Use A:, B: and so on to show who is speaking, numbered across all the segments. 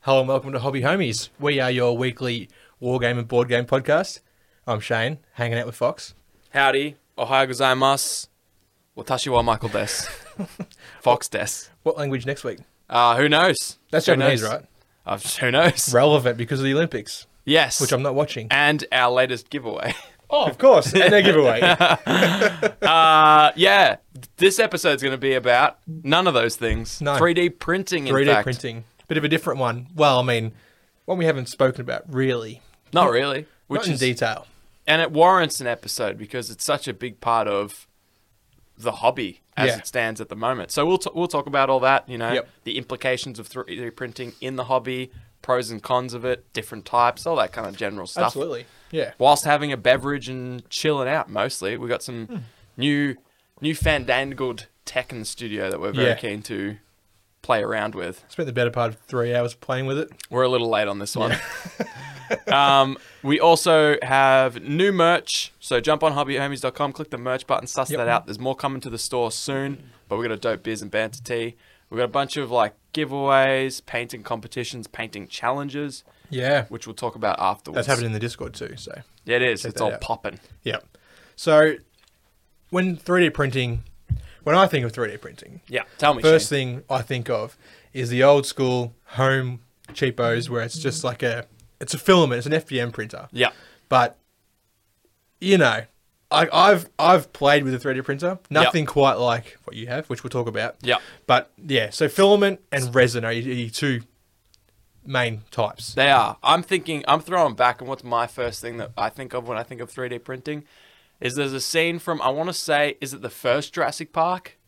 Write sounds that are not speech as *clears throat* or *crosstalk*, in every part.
A: Hello and welcome to Hobby Homies. We are your weekly war game and board game podcast. I'm Shane, hanging out with Fox.
B: Howdy. Ohio gozaimasu. Watashi wa
A: *laughs*
B: Michael Des. Fox Des.
A: What language next week?
B: Uh, who knows?
A: That's
B: Who
A: Japanese,
B: knows?
A: right?
B: Uh, who knows?
A: Relevant because of the Olympics,
B: Yes.
A: which I'm not watching.
B: and our latest giveaway. *laughs*
A: Oh, of course, and *laughs* their giveaway.
B: Uh, yeah. This episode's going to be about none of those things.
A: No.
B: 3D printing, in
A: 3D
B: fact.
A: printing, bit of a different one. Well, I mean, one we haven't spoken about really,
B: Not really. Which
A: not in
B: is,
A: detail.
B: and it warrants an episode because it's such a big part of the hobby as
A: Yeah.
B: it stands at the moment. So we'll t- we'll talk about all that, you know,
A: Yep.
B: the implications of 3D printing in the hobby, pros and cons of it, different types, all that kind of general stuff.
A: Absolutely, yeah.
B: Whilst having a beverage and chilling out mostly. We got some
A: Hmm.
B: new new fandangled tech in the studio that we're very
A: Yeah.
B: keen to play around with.
A: Spent the better part of three hours playing with it.
B: We're a little late on this one. *laughs* um, we also have new merch. So jump on hobbyhomies.com, click the merch button, suss
A: Yep.
B: that out. There's more coming to the store soon, but we've got a dope beers and banter tea. We've got a bunch of like giveaways, painting competitions, painting challenges,
A: Yeah,
B: which we'll talk about afterwards.
A: that's happened in the Discord too. So
B: Yeah, it is.
A: Check
B: it's
A: that
B: all
A: out.
B: popping.
A: Yeah. So when 3D printing, when I think of 3D printing,
B: Yeah. Tell me.
A: first
B: First,
A: thing I think of is the old school home cheapos where it's just like a it's a filament, it's an FDM printer.
B: yeah.
A: But you know, I, I've I've played with a 3D printer. Nothing quite like what you have, which we'll talk about.
B: Yeah.
A: But yeah, so filament and resin are your, your two main types.
B: They are. I'm thinking. I'm throwing back, and what's my first thing that I think of when I think of 3D printing is there's a scene from I want to say is it the first Jurassic Park,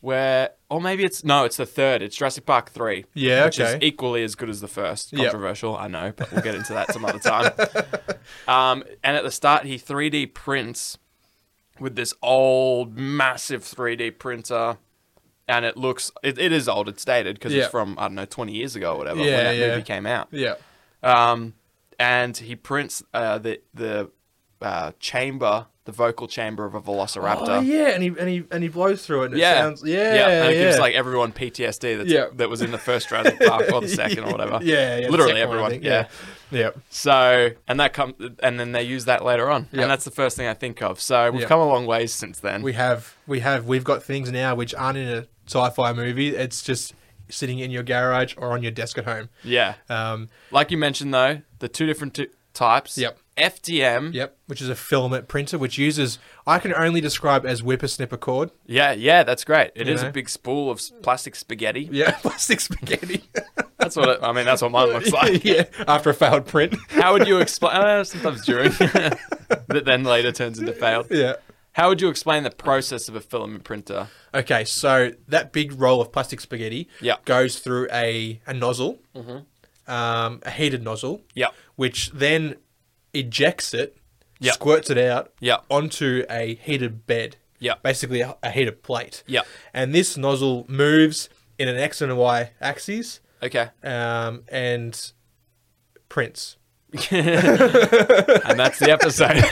B: where or maybe it's no, it's the third. It's Jurassic Park three.
A: Yeah,
B: which is
A: okay.
B: equally as good as the first.
A: Yep.
B: Controversial, I know, but we'll get into that some
A: *laughs*
B: other time. Um, and at the start, he 3D prints with this old massive 3D printer. And it looks, it, it is old, it's dated because
A: Yeah.
B: it's from, I don't know, 20 years ago or whatever
A: Yeah,
B: when that
A: yeah.
B: movie came out.
A: Yeah.
B: Um, and he prints uh, the the uh, chamber, the vocal chamber of a velociraptor.
A: Oh yeah, and he and he and he blows through it. And
B: Yeah.
A: It sounds, yeah.
B: and it
A: yeah.
B: gives like everyone PTSD that's,
A: Yeah.
B: that was in the first Jurassic Park
A: *laughs*
B: or the second or whatever.
A: Yeah, yeah
B: literally
A: second one, I
B: everyone.
A: think,
B: yeah.
A: yeah. Yep.
B: So and that comes and then they use that later on,
A: Yeah.
B: and that's the first thing I think of. So we've
A: Yeah.
B: come a long ways since then.
A: We have we have we've got things now which aren't in a sci-fi movie. It's just sitting in your garage or on your desk at home.
B: yeah,
A: Um,
B: like you mentioned though, the two different t- types.
A: Yep.
B: FDM.
A: yep, which is a filament printer which uses I can only describe as whippersnipper cord.
B: Yeah, yeah, that's great. It is
A: You know?
B: a big spool of s- plastic spaghetti.
A: Yeah, *laughs* plastic spaghetti.
B: That's what it, I mean. That's what mine looks
A: *laughs*
B: like.
A: yeah, after a failed print. *laughs*
B: How would you explain? Uh, sometimes during, *laughs* that then later turns into failed.
A: yeah.
B: How would you explain the process of a filament printer?
A: Okay, so that big roll of plastic spaghetti
B: Yeah. Mm-hmm.
A: goes through a, a nozzle, um, a heated nozzle,
B: Yeah.
A: which then ejects it,
B: Yeah.
A: squirts it out
B: Yeah.
A: onto a heated bed,
B: Yeah.
A: basically a, a heated plate.
B: Yeah.
A: And this nozzle moves in an X and Y axes
B: Okay,
A: um, and prints.
B: and that's
A: *laughs*
B: the episode.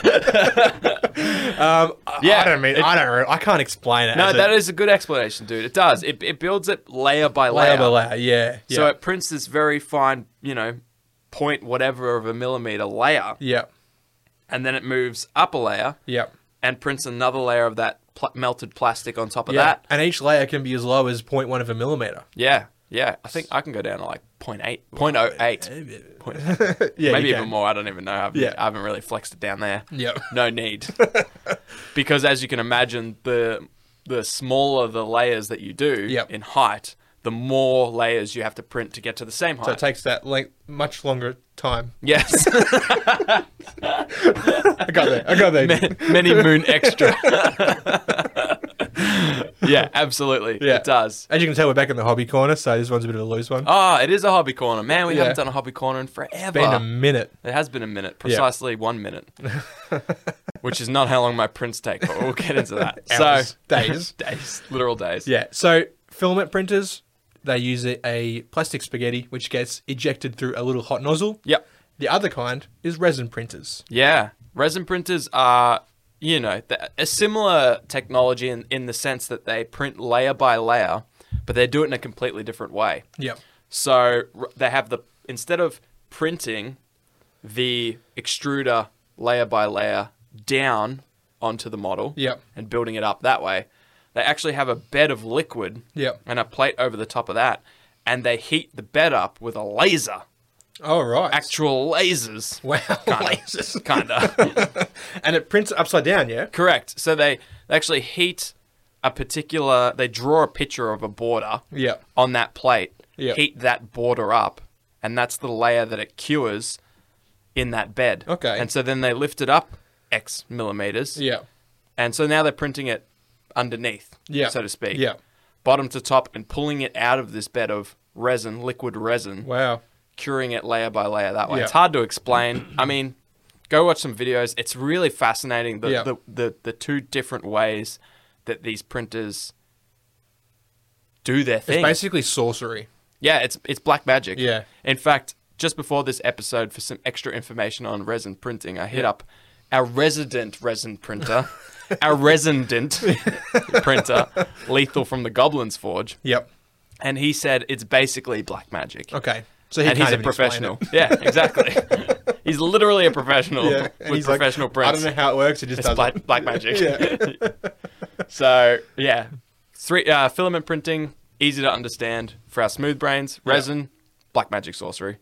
A: Um, I-
B: Yeah,
A: I don't mean,
B: it-
A: I don't, re- I can't explain it.
B: no,
A: as a
B: that is a good explanation, dude. It does. It, it builds it layer by
A: layer
B: layer.
A: by layer, yeah. yeah.
B: So it prints this very fine, you know, point whatever of a millimeter layer,
A: yeah,
B: and then it moves up a layer
A: yeah.
B: and prints another layer of that pl- melted plastic on top of
A: yeah.
B: that.
A: And each layer can be as low as 0.1 of a millimeter.
B: Yeah, yeah. I think I can go down to like 0.8, 0.08. Point-
A: yeah,
B: Maybe
A: you
B: even
A: can.
B: more. I don't even know. I haven't,
A: Yeah.
B: I haven't really flexed it down there.
A: Yep.
B: *laughs* No
A: *laughs*
B: need. because as you can imagine, the the smaller the layers that you do
A: Yep.
B: in height, the more layers you have to print to get to the same
A: So it
B: height.
A: takes that length much longer time.
B: yes.
A: *laughs* I got there. I got there.
B: *laughs* Many moon extra. *laughs* yeah, absolutely.
A: Yeah.
B: It does.
A: As you can tell, we're back in the hobby corner, so this one's a bit of a loose one.
B: Ah, it is a hobby corner. Man, we
A: Yeah.
B: haven't done a hobby corner in forever.
A: Been a minute.
B: It has been a minute, precisely one
A: *laughs*
B: minute, which is not how long my prints take, but we'll get into that.
A: *laughs* Hours,
B: so
A: days.
B: *laughs* days, literal days.
A: Yeah. So filament printers, they use a, a plastic spaghetti which gets ejected through a little hot nozzle.
B: Yep.
A: The other kind is resin printers.
B: Yeah. Resin printers are, you know, th- a similar technology in, in the sense that they print layer by layer, but they do it in a completely different way.
A: Yep.
B: So r- they have the instead of printing the extruder layer by layer down onto the model
A: Yep.
B: and building it up that way, they actually have a bed of liquid
A: Yep.
B: and a plate over the top of that, and they heat the bed up with a laser,
A: Oh right.
B: actual lasers.
A: wow.
B: Lasers,
A: *laughs*
B: kinda.
A: and it prints upside down. Yeah.
B: Correct. So they, they actually heat a particular. They draw a picture of a border
A: Yeah.
B: on that plate.
A: Yeah.
B: Heat that border up, and that's the layer that it cures in that bed.
A: Okay.
B: And so then they lift it up x millimeters.
A: Yeah.
B: And so now they're printing it underneath.
A: Yeah.
B: So to speak.
A: Yeah.
B: Bottom to top, and pulling it out of this bed of resin, liquid resin
A: Wow.
B: curing it layer by layer that way.
A: Yeah.
B: It's hard to explain. I mean, go watch some videos. It's really fascinating the,
A: Yeah.
B: the, the, the two different ways that these printers do their
A: It's
B: thing.
A: basically sorcery.
B: yeah, it's it's black magic.
A: Yeah.
B: In fact, just before this episode, for some extra information on resin printing, I hit up our resident resin printer, *laughs*
A: *laughs*
B: our resident printer, Lethal from the Goblins Forge,
A: Yep.
B: and he said it's basically black magic
A: Okay. So he
B: and he's
A: can't
B: a
A: even explain
B: professional.
A: it.
B: Yeah, exactly. *laughs* he's literally a
A: *laughs*
B: professional *laughs*
A: Yeah. and
B: with
A: he's like,
B: professional
A: I
B: prints.
A: don't know how it works. It just
B: it's
A: does
B: black,
A: it.
B: black magic.
A: Yeah.
B: *laughs* so yeah, three uh, filament printing easy to understand for our smooth brains. Resin, black magic sorcery.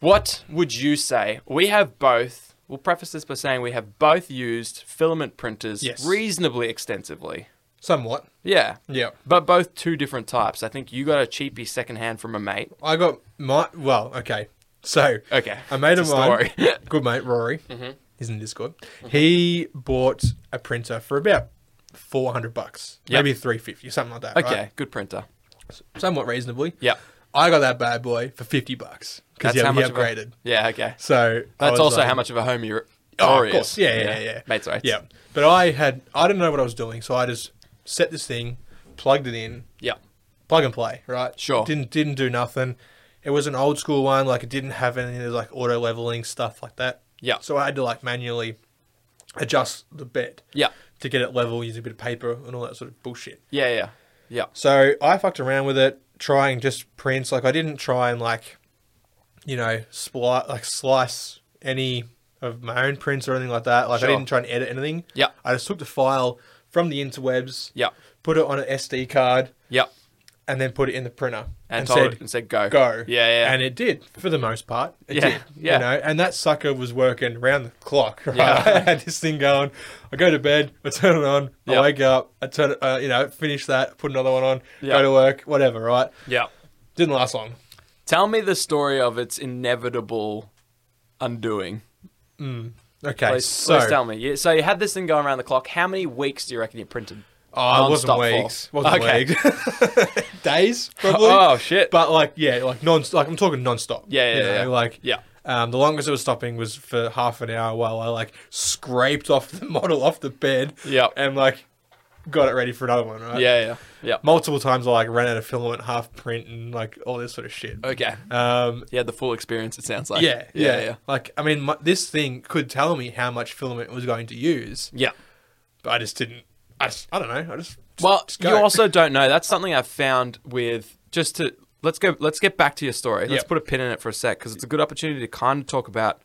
B: What would you say? We have both. We'll preface this by saying we have both used filament printers
A: Yes.
B: reasonably extensively.
A: Somewhat.
B: Yeah.
A: Yeah.
B: But both two different types. I think you got a cheapie secondhand from a mate.
A: I got my well. Okay. So
B: Okay.
A: a mate of
B: It's a
A: mine,
B: story. *laughs* Mm-hmm.
A: good mate Rory, he's in Discord. He bought a printer for about four hundred bucks,
B: Yep.
A: maybe three fifty, something like that.
B: *laughs* Okay,
A: right?
B: good printer.
A: somewhat reasonably.
B: Yeah.
A: I got that bad boy for fifty bucks because
B: That's
A: he,
B: how
A: he
B: much of a-
A: upgraded.
B: Yeah, okay.
A: So I
B: That's
A: was
B: also
A: like-
B: how much of a home you're.
A: Oh,
B: Rory
A: of
B: is.
A: course. Yeah, yeah, yeah, yeah.
B: Mate's right.
A: Yeah. But I had I didn't know what I was doing, so I just set this thing, plugged it in,
B: Yeah.
A: plug and play, right?
B: Sure.
A: Didn't didn't do nothing. It was an old school one, like it didn't have any of the, like auto leveling stuff like that.
B: Yeah.
A: So I had to like manually adjust the bed
B: Yeah.
A: to get it level using a bit of paper and all that sort of bullshit.
B: Yeah, yeah. Yeah.
A: So I fucked around with it, trying just prints. Like I didn't try and like, you know, splice like slice any of my own prints or anything like that. Like
B: Sure.
A: I didn't try and edit anything.
B: Yeah.
A: I just took the file from the interwebs.
B: Yeah.
A: Put it on an SD card
B: Yeah.
A: and then put it in the printer
B: And,
A: and
B: told
A: said
B: it and said go.
A: go.
B: Yeah, yeah.
A: And it did for the most part. It
B: Yeah,
A: did.
B: yeah.
A: You know, and that sucker was working round the clock. *laughs* Right?
B: Yeah.
A: I had this thing going. I go to bed. I turn it on. I
B: Yeah.
A: wake up. I turn it. Uh, you know, finish that. Put another one on.
B: Yeah.
A: Go to work. Whatever. Right.
B: yeah.
A: Didn't last long.
B: Tell me the story of its inevitable undoing.
A: Okay.
B: Please,
A: so
B: please tell me. You- So you had this thing going around the clock. How many weeks do you reckon you printed?
A: oh, it wasn't
B: nonstop for?
A: weeks. Wasn't
B: Okay.
A: weeks. *laughs* Days probably.
B: *laughs* Oh shit.
A: But like yeah, like non like I'm talking nonstop.
B: Yeah, yeah,
A: you know,
B: yeah.
A: Like
B: Yeah.
A: Um, the longest it was stopping was for half an hour while I like scraped off the *laughs* model off the bed.
B: Yep.
A: And like got it ready for another one, right?
B: yeah, yeah. Yeah.
A: Multiple times I like ran out of filament, half print, and like all this sort of shit.
B: Okay.
A: Um.
B: You had the full experience. It sounds like.
A: Yeah, yeah,
B: Yeah. Yeah.
A: Like, I mean, my, this thing could tell me how much filament it was going to use,
B: yeah.
A: but I just didn't. I, just, I don't know. I just
B: Well,
A: just
B: you
A: go.
B: also don't know. That's something I've found with just to let's go. Let's get back to your story. Let's
A: Yeah.
B: put a pin in it for a sec because it's a good opportunity to kind of talk about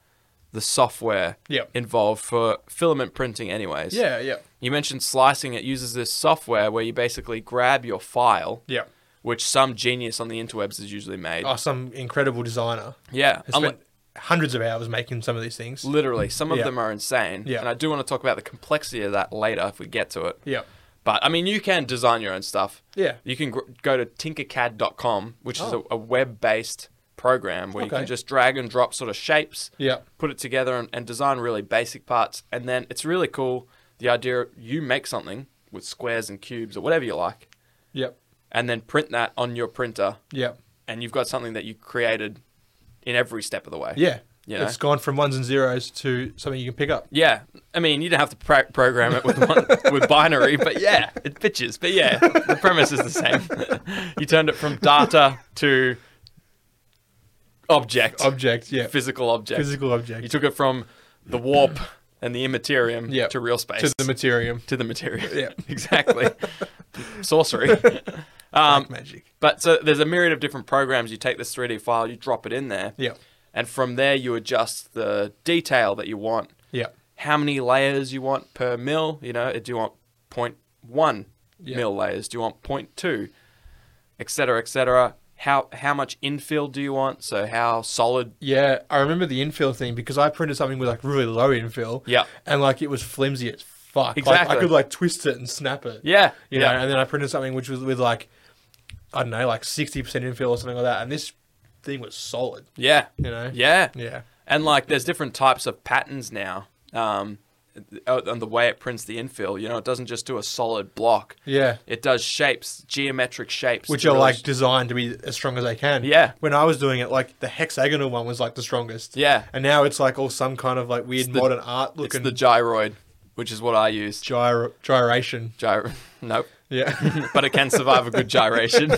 B: the software
A: Yeah.
B: involved for filament printing, anyways.
A: yeah, yeah,
B: You mentioned slicing. It uses this software where you basically grab your file,
A: yeah.
B: which some genius on the interwebs has usually made.
A: Oh, some incredible designer
B: yeah.
A: has
B: unli-
A: spent hundreds of hours making some of these things.
B: literally, some of
A: Yeah.
B: them are insane.
A: Yeah.
B: And I do want to talk about the complexity of that later if we get to it.
A: Yeah,
B: But I mean, you can design your own stuff.
A: Yeah.
B: You can gr- go to tinkercad.com, which is a,
A: Oh.
B: a web based program where you can
A: Okay.
B: just drag and drop sort of shapes,
A: yeah,
B: put it together, and, and design really basic parts. And then it's really cool the idea you make something with squares and cubes or whatever you like,
A: yeah,
B: and then print that on your printer,
A: yeah,
B: and you've got something that you created in every step of the way.
A: yeah.
B: You know?
A: It's gone from ones and zeros to something you can pick *laughs* up.
B: Yeah, I mean, you don't have to pro- program it with one, with binary, but yeah, it pitches. But yeah, the premise is the same. *laughs* you turned it from data to object,
A: Object, yeah,
B: physical object.
A: physical
B: You
A: object
B: took it from the warp and the immaterium
A: Yeah.
B: to real space
A: to the materium.
B: *laughs* to the material.
A: Yeah. *laughs*
B: exactly. Sorcery. Um,
A: Black magic.
B: but so there's a myriad of different programs. You take this 3D file, you drop it in there,
A: Yep.
B: and from there you adjust the detail that you want,
A: Yep.
B: how many layers you want per mil. You know, do you want 0.1
A: Yeah.
B: mil layers? Do you want 0.2, et cetera, et cetera? How how much infill do you want? So how solid?
A: Yeah, I remember the infill thing because I printed something with like really low infill.
B: Yeah.
A: And like it was flimsy as fuck. Like,
B: Exactly.
A: I could like twist it and snap it.
B: Yeah,
A: You
B: yeah.
A: know, and then I printed something which was with like I don't know, like sixty percent infill or something like that, and this thing was solid.
B: yeah,
A: You know?
B: yeah.
A: Yeah.
B: And like, there's different types of patterns now, um, uh, on the way it prints the infill. You know, it doesn't just do a solid block.
A: Yeah.
B: It does shapes, geometric shapes,
A: Which
B: to
A: are
B: really-
A: like designed to be as strong as they can.
B: Yeah.
A: When I was doing it, like the hexagonal one was like the strongest.
B: yeah,
A: And now it's like all some kind of like weird
B: It's the-
A: modern art
B: it's
A: looking
B: the gyroid, which is what I use.
A: gyro- gyration.
B: Gyro, *laughs* nope, *laughs*
A: Yeah. *laughs*
B: but it can survive a good gyration.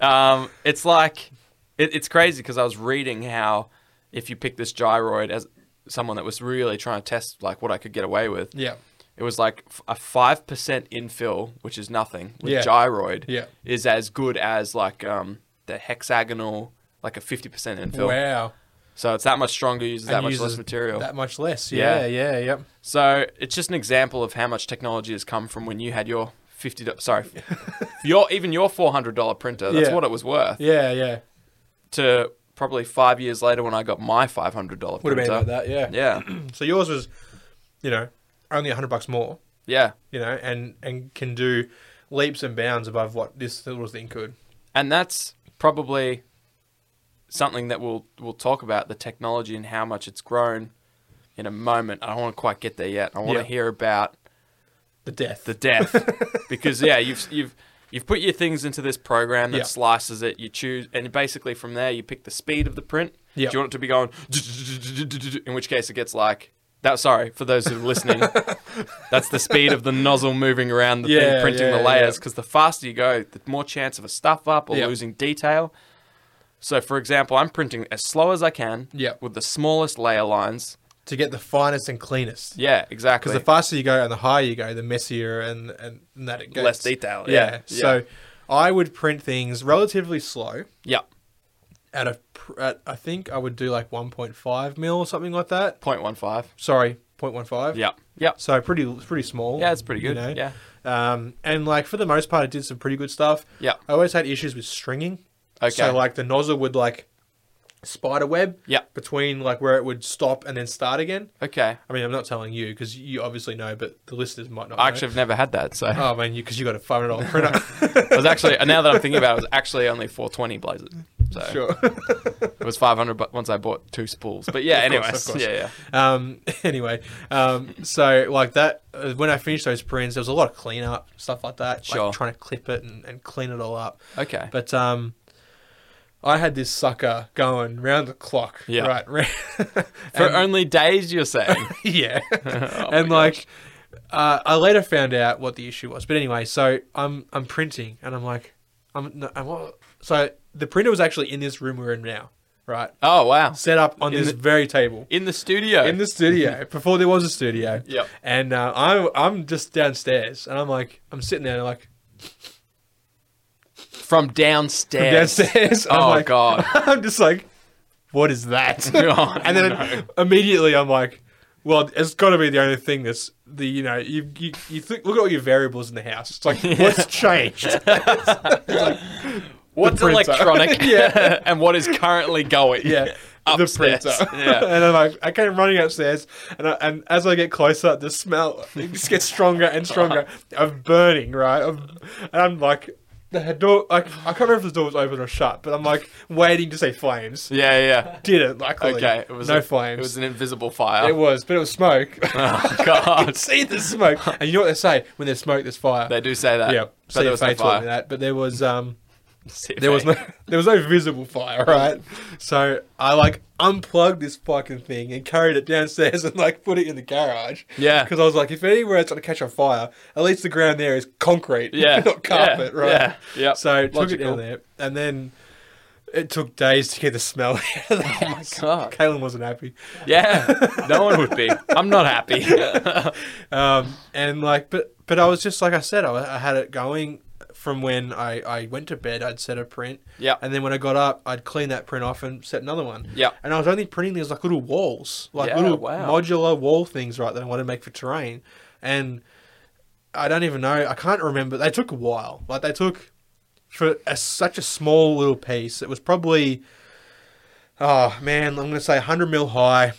B: um, it's like, it, it's crazy because I was reading how if you pick this gyroid as someone that was really trying to test like what I could get away with,
A: yeah.
B: It was like f- a five percent infill, which is nothing. With
A: Yeah.
B: gyroid,
A: Yeah.
B: is as good as like um, the hexagonal, like a fifty percent infill.
A: Wow.
B: So it's that much stronger, uses that
A: And
B: much less
A: uses
B: material.
A: That much less.
B: Yeah.
A: Yeah, yeah, yeah.
B: So it's just an example of how much technology has come from when you had your fifty. do-
A: *laughs*
B: Sorry, your even your four hundred dollar printer. That's
A: Yeah.
B: what it was worth.
A: Yeah, yeah.
B: To probably five years later when I got my five hundred dollar
A: Would
B: printer.
A: have been like that, yeah.
B: uh, Yeah,
A: So yours was, you know, only hundred bucks more,
B: yeah.
A: you know, and and can do leaps and bounds above what this little thing could.
B: and that's probably something that we'll we'll talk about the technology and how much it's grown in a moment. I don't want to quite get there yet. I want
A: Yeah.
B: to hear about
A: The death.
B: the death
A: *laughs*
B: because yeah, you've you've you've put your things into this program that
A: Yeah.
B: slices it. You choose, and basically from there you pick the speed of the print.
A: Yeah.
B: Do you want it to be going? In which case it gets like. That, sorry for those who
A: *laughs*
B: are listening. that's the speed of the nozzle moving around the
A: Yeah,
B: thing, printing
A: yeah,
B: the
A: yeah.
B: layers. Because the faster you go, the more chance of a stuff up or
A: Yeah.
B: losing detail. So, for example, I'm printing as slow as I can.
A: Yeah.
B: With the smallest layer lines.
A: to get the finest and cleanest.
B: Yeah, exactly.
A: Because the faster you go and the higher you go, the messier and and, and that it gets.
B: less detail.
A: Yeah.
B: Yeah.
A: So I would print things relatively slow.
B: yeah.
A: At a, pr- at, I think I would do like 1.5 mil or something like that.
B: Point one five.
A: Sorry, 0.15.
B: Yeah. Yeah.
A: So pretty, pretty small.
B: Yeah, it's pretty
A: you
B: good.
A: know?
B: Yeah.
A: Um, and like for the most part, it did some pretty good stuff.
B: Yeah.
A: I always had issues with stringing.
B: Okay.
A: So like the nozzle would like spider web.
B: Yeah.
A: Between like where it would stop and then start again.
B: Okay.
A: I mean, I'm not telling you because you obviously know, but the listeners might not.
B: I
A: know.
B: actually have never had that. So
A: Oh man, because you, got a five hundred dollar printer.
B: *laughs* it was actually now that I'm thinking about it, it was actually only 420 Blazers. So
A: sure.
B: it was 500 but once I bought two spools. But yeah,
A: Of course,
B: anyways,
A: of course.
B: yeah, yeah.
A: Um. *laughs* Anyway. Um. So like that. Uh, when I finished those prints, there was a lot of cleanup stuff like that.
B: Sure.
A: Like trying to clip it and, and clean it all up.
B: Okay.
A: But um, I had this sucker going round the clock.
B: Yeah.
A: Right. *laughs* Round,
B: For
A: and- *laughs*
B: only days you're saying. *laughs*
A: yeah.
B: my
A: *laughs* and like, uh, I later found out what the issue was. But anyway, so I'm I'm printing and I'm like, I'm, no, I'm what- so the printer was actually in this room we're in now, right?
B: Oh wow.
A: Set up on
B: In
A: this
B: the-
A: very table
B: In the studio.
A: in the
B: *laughs*
A: studio before there was a studio.
B: Yep.
A: And uh, I'm I'm just downstairs and I'm like I'm sitting there and I'm like
B: from downstairs.
A: from downstairs. *laughs* I'm
B: Oh
A: like,
B: god.
A: I'm just like, what is that?
B: *laughs* *laughs* Oh,
A: *laughs* and then
B: no.
A: immediately I'm like, well, it's got to be the only thing that's the you know you you, you think look at all your variables in the house. It's
B: *laughs*
A: like what's changed?
B: What's
A: printer. *laughs*
B: electronic
A: Yeah.
B: *laughs* and what is currently going?
A: Yeah. The
B: Upstairs.
A: printer. *laughs*
B: Yeah.
A: and I'm like, I came running upstairs, and I, and as I get closer, the smell it just gets stronger and stronger of burning, right? Of, and I'm like, the door, like, I can't remember if the door was open or shut, but I'm like waiting to say flames.
B: Yeah, yeah.
A: Didn't, luckily.
B: Okay, it was
A: no
B: a-
A: flames.
B: It was an invisible fire.
A: It was, but it was smoke.
B: *laughs* oh
A: *laughs*
B: god.
A: See the smoke, and you know what they say: when there's smoke, there's fire.
B: They do say that.
A: yeah,
B: But there was no
A: CFA taught me
B: fire.
A: that, but there was um,
B: *laughs* CFA.
A: there was no there was no visible fire, right? So I like unplugged this fucking thing and carried it downstairs and like put it in the garage.
B: Yeah.
A: Because I was like, if anywhere it's gonna catch on fire, at least the ground there is concrete, *laughs*
B: Yeah.
A: not carpet,
B: yeah,
A: right?
B: Yeah. Yep.
A: So I took it
B: Logical.
A: down there, and then it took days to get the smell *laughs* out of the Oh my
B: God.
A: Kalen wasn't happy.
B: *laughs* Yeah, no one would be. I'm not *laughs* happy.
A: Um, and like, but but I was just like I said, I, I had it going from when I, I went to bed, I'd set a print.
B: Yeah.
A: And then when I got up, I'd clean that print off and set another one.
B: Yeah.
A: And I was only printing these like little walls, like
B: Yeah,
A: little
B: wow.
A: modular wall things, right, that I wanted to make for terrain. And I don't even know. I can't remember. They took a while. Like they took for a, such a small little piece. It was probably, oh man, I'm gonna say 100 mil high,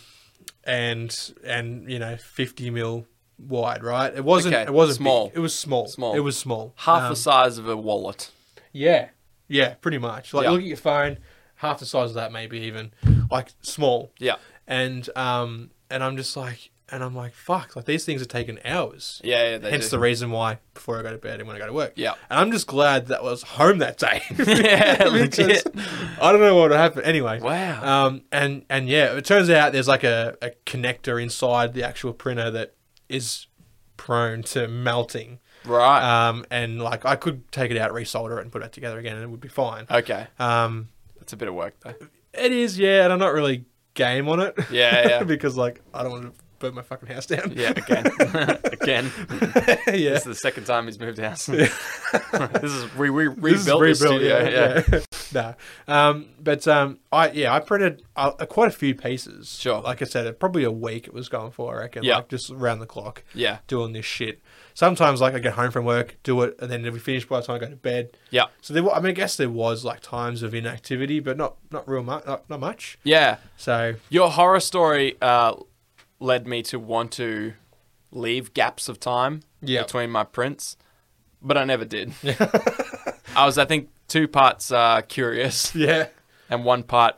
A: and and you know 50 mil wide. Right? It wasn't.
B: Okay,
A: It wasn't
B: small.
A: Big. It was small.
B: Small.
A: It was small.
B: Half
A: Um,
B: the size of a wallet.
A: yeah. Yeah, pretty much. Like
B: Yeah.
A: look at your phone, half the size of that maybe even. Like small.
B: Yeah.
A: And um and I'm just like and I'm like, fuck, like these things are taking hours.
B: Yeah, yeah, they
A: Hence
B: do.
A: the reason why before I go to bed and when I go to work.
B: Yeah.
A: And I'm just glad that I was home that
B: *laughs*
A: day.
B: Yeah,
A: *laughs* Because
B: legit.
A: I don't know what would happen anyway.
B: Wow.
A: Um, and and yeah, it turns out there's like a, a connector inside the actual printer that is prone to melting.
B: right.
A: Um, and like I could take it out, resolder it, and put it together again, and it would be fine.
B: okay.
A: Um,
B: Uh, That's a bit of work though.
A: it is, yeah, and I'm not really game on it.
B: Yeah,
A: *laughs*
B: yeah.
A: because like I don't want to burn my fucking house down.
B: Yeah, *laughs* again. again.
A: *laughs* yeah.
B: This is the second time he's moved house. *laughs* this is we we
A: This is
B: rebuilt the studio. Yeah,
A: yeah. *laughs* nah. Um, but um, I yeah, I printed uh, quite a few pieces.
B: Sure.
A: Like I said, probably a week it was going for. I reckon.
B: Yeah.
A: Like just around the clock.
B: yeah,
A: doing this shit. Sometimes, like, I get home from work, do it, and then we finish by the time I go to bed.
B: Yeah.
A: So there, wa- I mean, I guess there was like times of inactivity, but not not real much, not, not much.
B: yeah.
A: So
B: Your horror story uh, led me to want to leave gaps of time
A: Yeah.
B: between my prints, but I never *laughs* did. I was, I think, two parts uh, curious
A: yeah,
B: and one part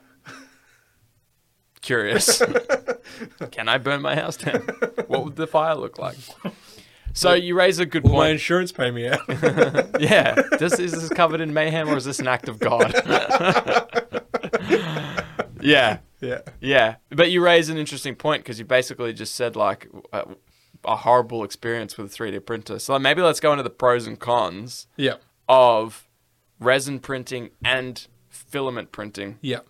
B: curious. *laughs* Can I burn my house down? What would the fire look like? So you raise a good
A: will my
B: point.
A: insurance pay me
B: *laughs*
A: out?
B: yeah. This, is this covered in mayhem or is this an act of God? *laughs* yeah.
A: yeah,
B: Yeah, but you raise an interesting point because you basically just said like a, a horrible experience with a 3D printer. So maybe let's go into the pros and cons
A: yeah,
B: of resin printing and filament printing.
A: yeah.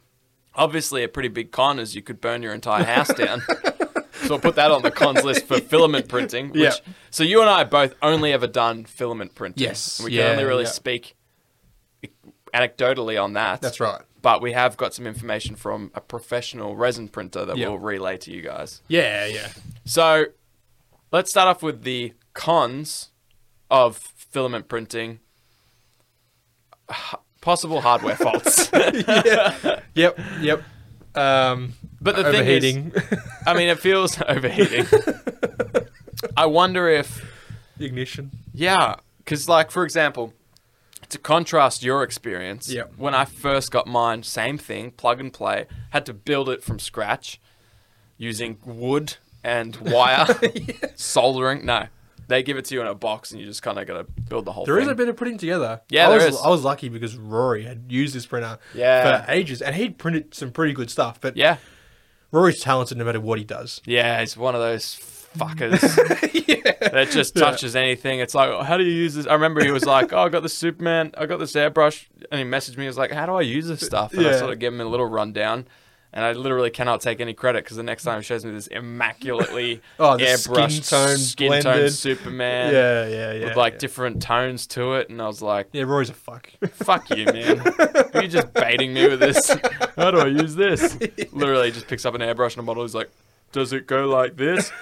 B: Obviously, a pretty big con is you could burn your entire house down. so I'll put that on the cons
A: *laughs*
B: list for filament printing. Which,
A: Yeah.
B: So you and I have both only ever done filament printing.
A: Yes.
B: And We
A: Yeah,
B: can only really
A: yeah.
B: speak anecdotally on that
A: That's right.
B: but we have got some information from a professional resin printer that
A: Yeah.
B: we'll relay to you guys.
A: Yeah, yeah,
B: So let's start off with the cons of filament printing. H- Possible hardware faults.
A: *laughs*
B: *laughs*
A: yeah. yep, yep. Um,
B: But the thing is-
A: overheating, *laughs*
B: I mean, it feels *laughs* overheating. I wonder if,
A: ignition.
B: yeah, because, like, for example, to contrast your experience,
A: Yeah.
B: when I first got mine, same thing, plug and play, had to build it from scratch using wood
A: *laughs*
B: and wire, soldering. No, they give it to you in a box and you just kind of got to build the whole
A: There
B: thing.
A: is a bit of putting together.
B: Yeah,
A: I
B: there
A: was,
B: is.
A: I was lucky because Rory had used this printer
B: Yeah.
A: for ages, and he'd printed some pretty good stuff. But
B: Yeah.
A: Rory's talented no matter what he does.
B: Yeah, it's one of those fuckers
A: *laughs* yeah.
B: that just
A: Yeah.
B: touches anything. It's like, how do you use this? I remember he was like, oh, I got this Superman, I got this airbrush. And he messaged me, he was like, how do I use this stuff? And I
A: Yeah.
B: sort of gave him a little rundown. And I literally cannot take any credit because the next time he shows me this immaculately
A: *laughs* Oh, the
B: airbrushed,
A: skin-toned,
B: skin toned
A: blended.
B: Superman
A: yeah, yeah, yeah.
B: with like
A: yeah.
B: different tones to it. And I was like,
A: yeah, Rory's a *laughs* fuck.
B: Fuck you, man.
A: *laughs*
B: You're just baiting me with this. How do I use this? *laughs* Literally just picks up an airbrush and a model. He's like, does it go
A: *laughs*
B: like this?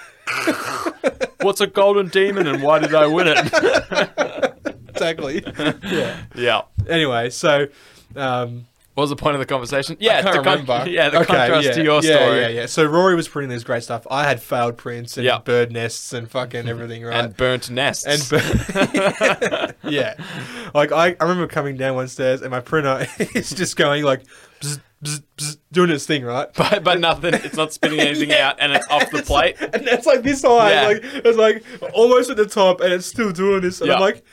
B: What's a golden demon and why did I win it?
A: *laughs* exactly. yeah.
B: yeah.
A: Anyway, so um,
B: What was the point of the conversation? Yeah,
A: I can't
B: the con-
A: remember.
B: yeah, the
A: Okay,
B: contrast
A: yeah,
B: to your
A: yeah,
B: story.
A: Yeah, yeah. So Rory was printing this great stuff. I had failed prints and
B: Yeah.
A: bird nests and fucking everything, right?
B: And burnt nests.
A: And bur- *laughs* yeah, like I, I remember coming down one stairs and my printer *laughs* is just going like bzz, bzz, bzz, doing its thing, right?
B: *laughs* but, but nothing. It's not
A: *laughs*
B: spitting anything out and it's off the plate.
A: and that's like this high,
B: Yeah.
A: like it's like almost at the top, and it's still doing this. And
B: Yeah.
A: I'm like,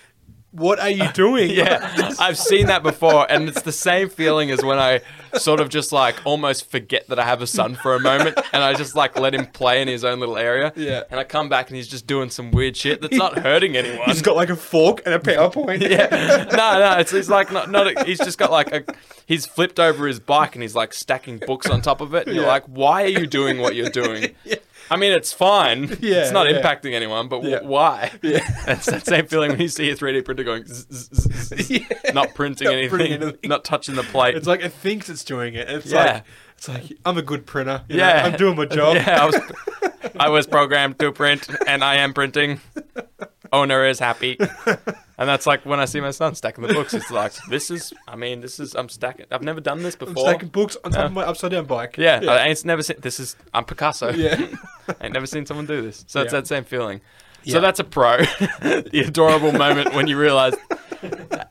A: what are you doing? *laughs*
B: *laughs* Yeah, I've seen that before, and it's the same feeling as when I sort of just like almost forget that I have a son for a moment, and I just like let him play in his own little area.
A: Yeah.
B: and I come back and he's just doing some weird shit
A: *laughs*
B: that's not hurting anyone.
A: He's got like a fork and a PowerPoint. *laughs*
B: *laughs* yeah, no, no, it's, he's like not, not. He's just got like a. He's flipped over his bike and he's like stacking books on top of it, and you're
A: Yeah. *laughs*
B: like, "Why are you doing what you're doing?" I mean, it's fine.
A: Yeah,
B: it's not
A: yeah.
B: impacting anyone, but w-
A: Yeah.
B: why? *laughs*
A: Yeah.
B: That's that same feeling when you see a 3D printer going, zzz, zzz, zzz,
A: Yeah.
B: not
A: *laughs*
B: printing
A: Not
B: anything,
A: printing anything.
B: not touching the plate.
A: It's like it thinks it's doing it. and It's
B: Yeah.
A: like it's like I'm a good printer. you know, *laughs*
B: yeah,
A: I'm doing my job.
B: Yeah, I was, I was programmed to print, and I am printing. Owner is happy, and that's like when I see my son stacking the books. It's like this is. I mean, this is. I'm stacking. I've never done this
A: I'm
B: before.
A: stacking books on top of my upside down bike.
B: Yeah, I ain't never seen this. Is I'm Picasso.
A: *laughs* Yeah.
B: I *laughs* ain't never seen someone do this. So it's
A: Yeah.
B: that same feeling.
A: Yeah.
B: So that's a pro. *laughs* the adorable moment when you realize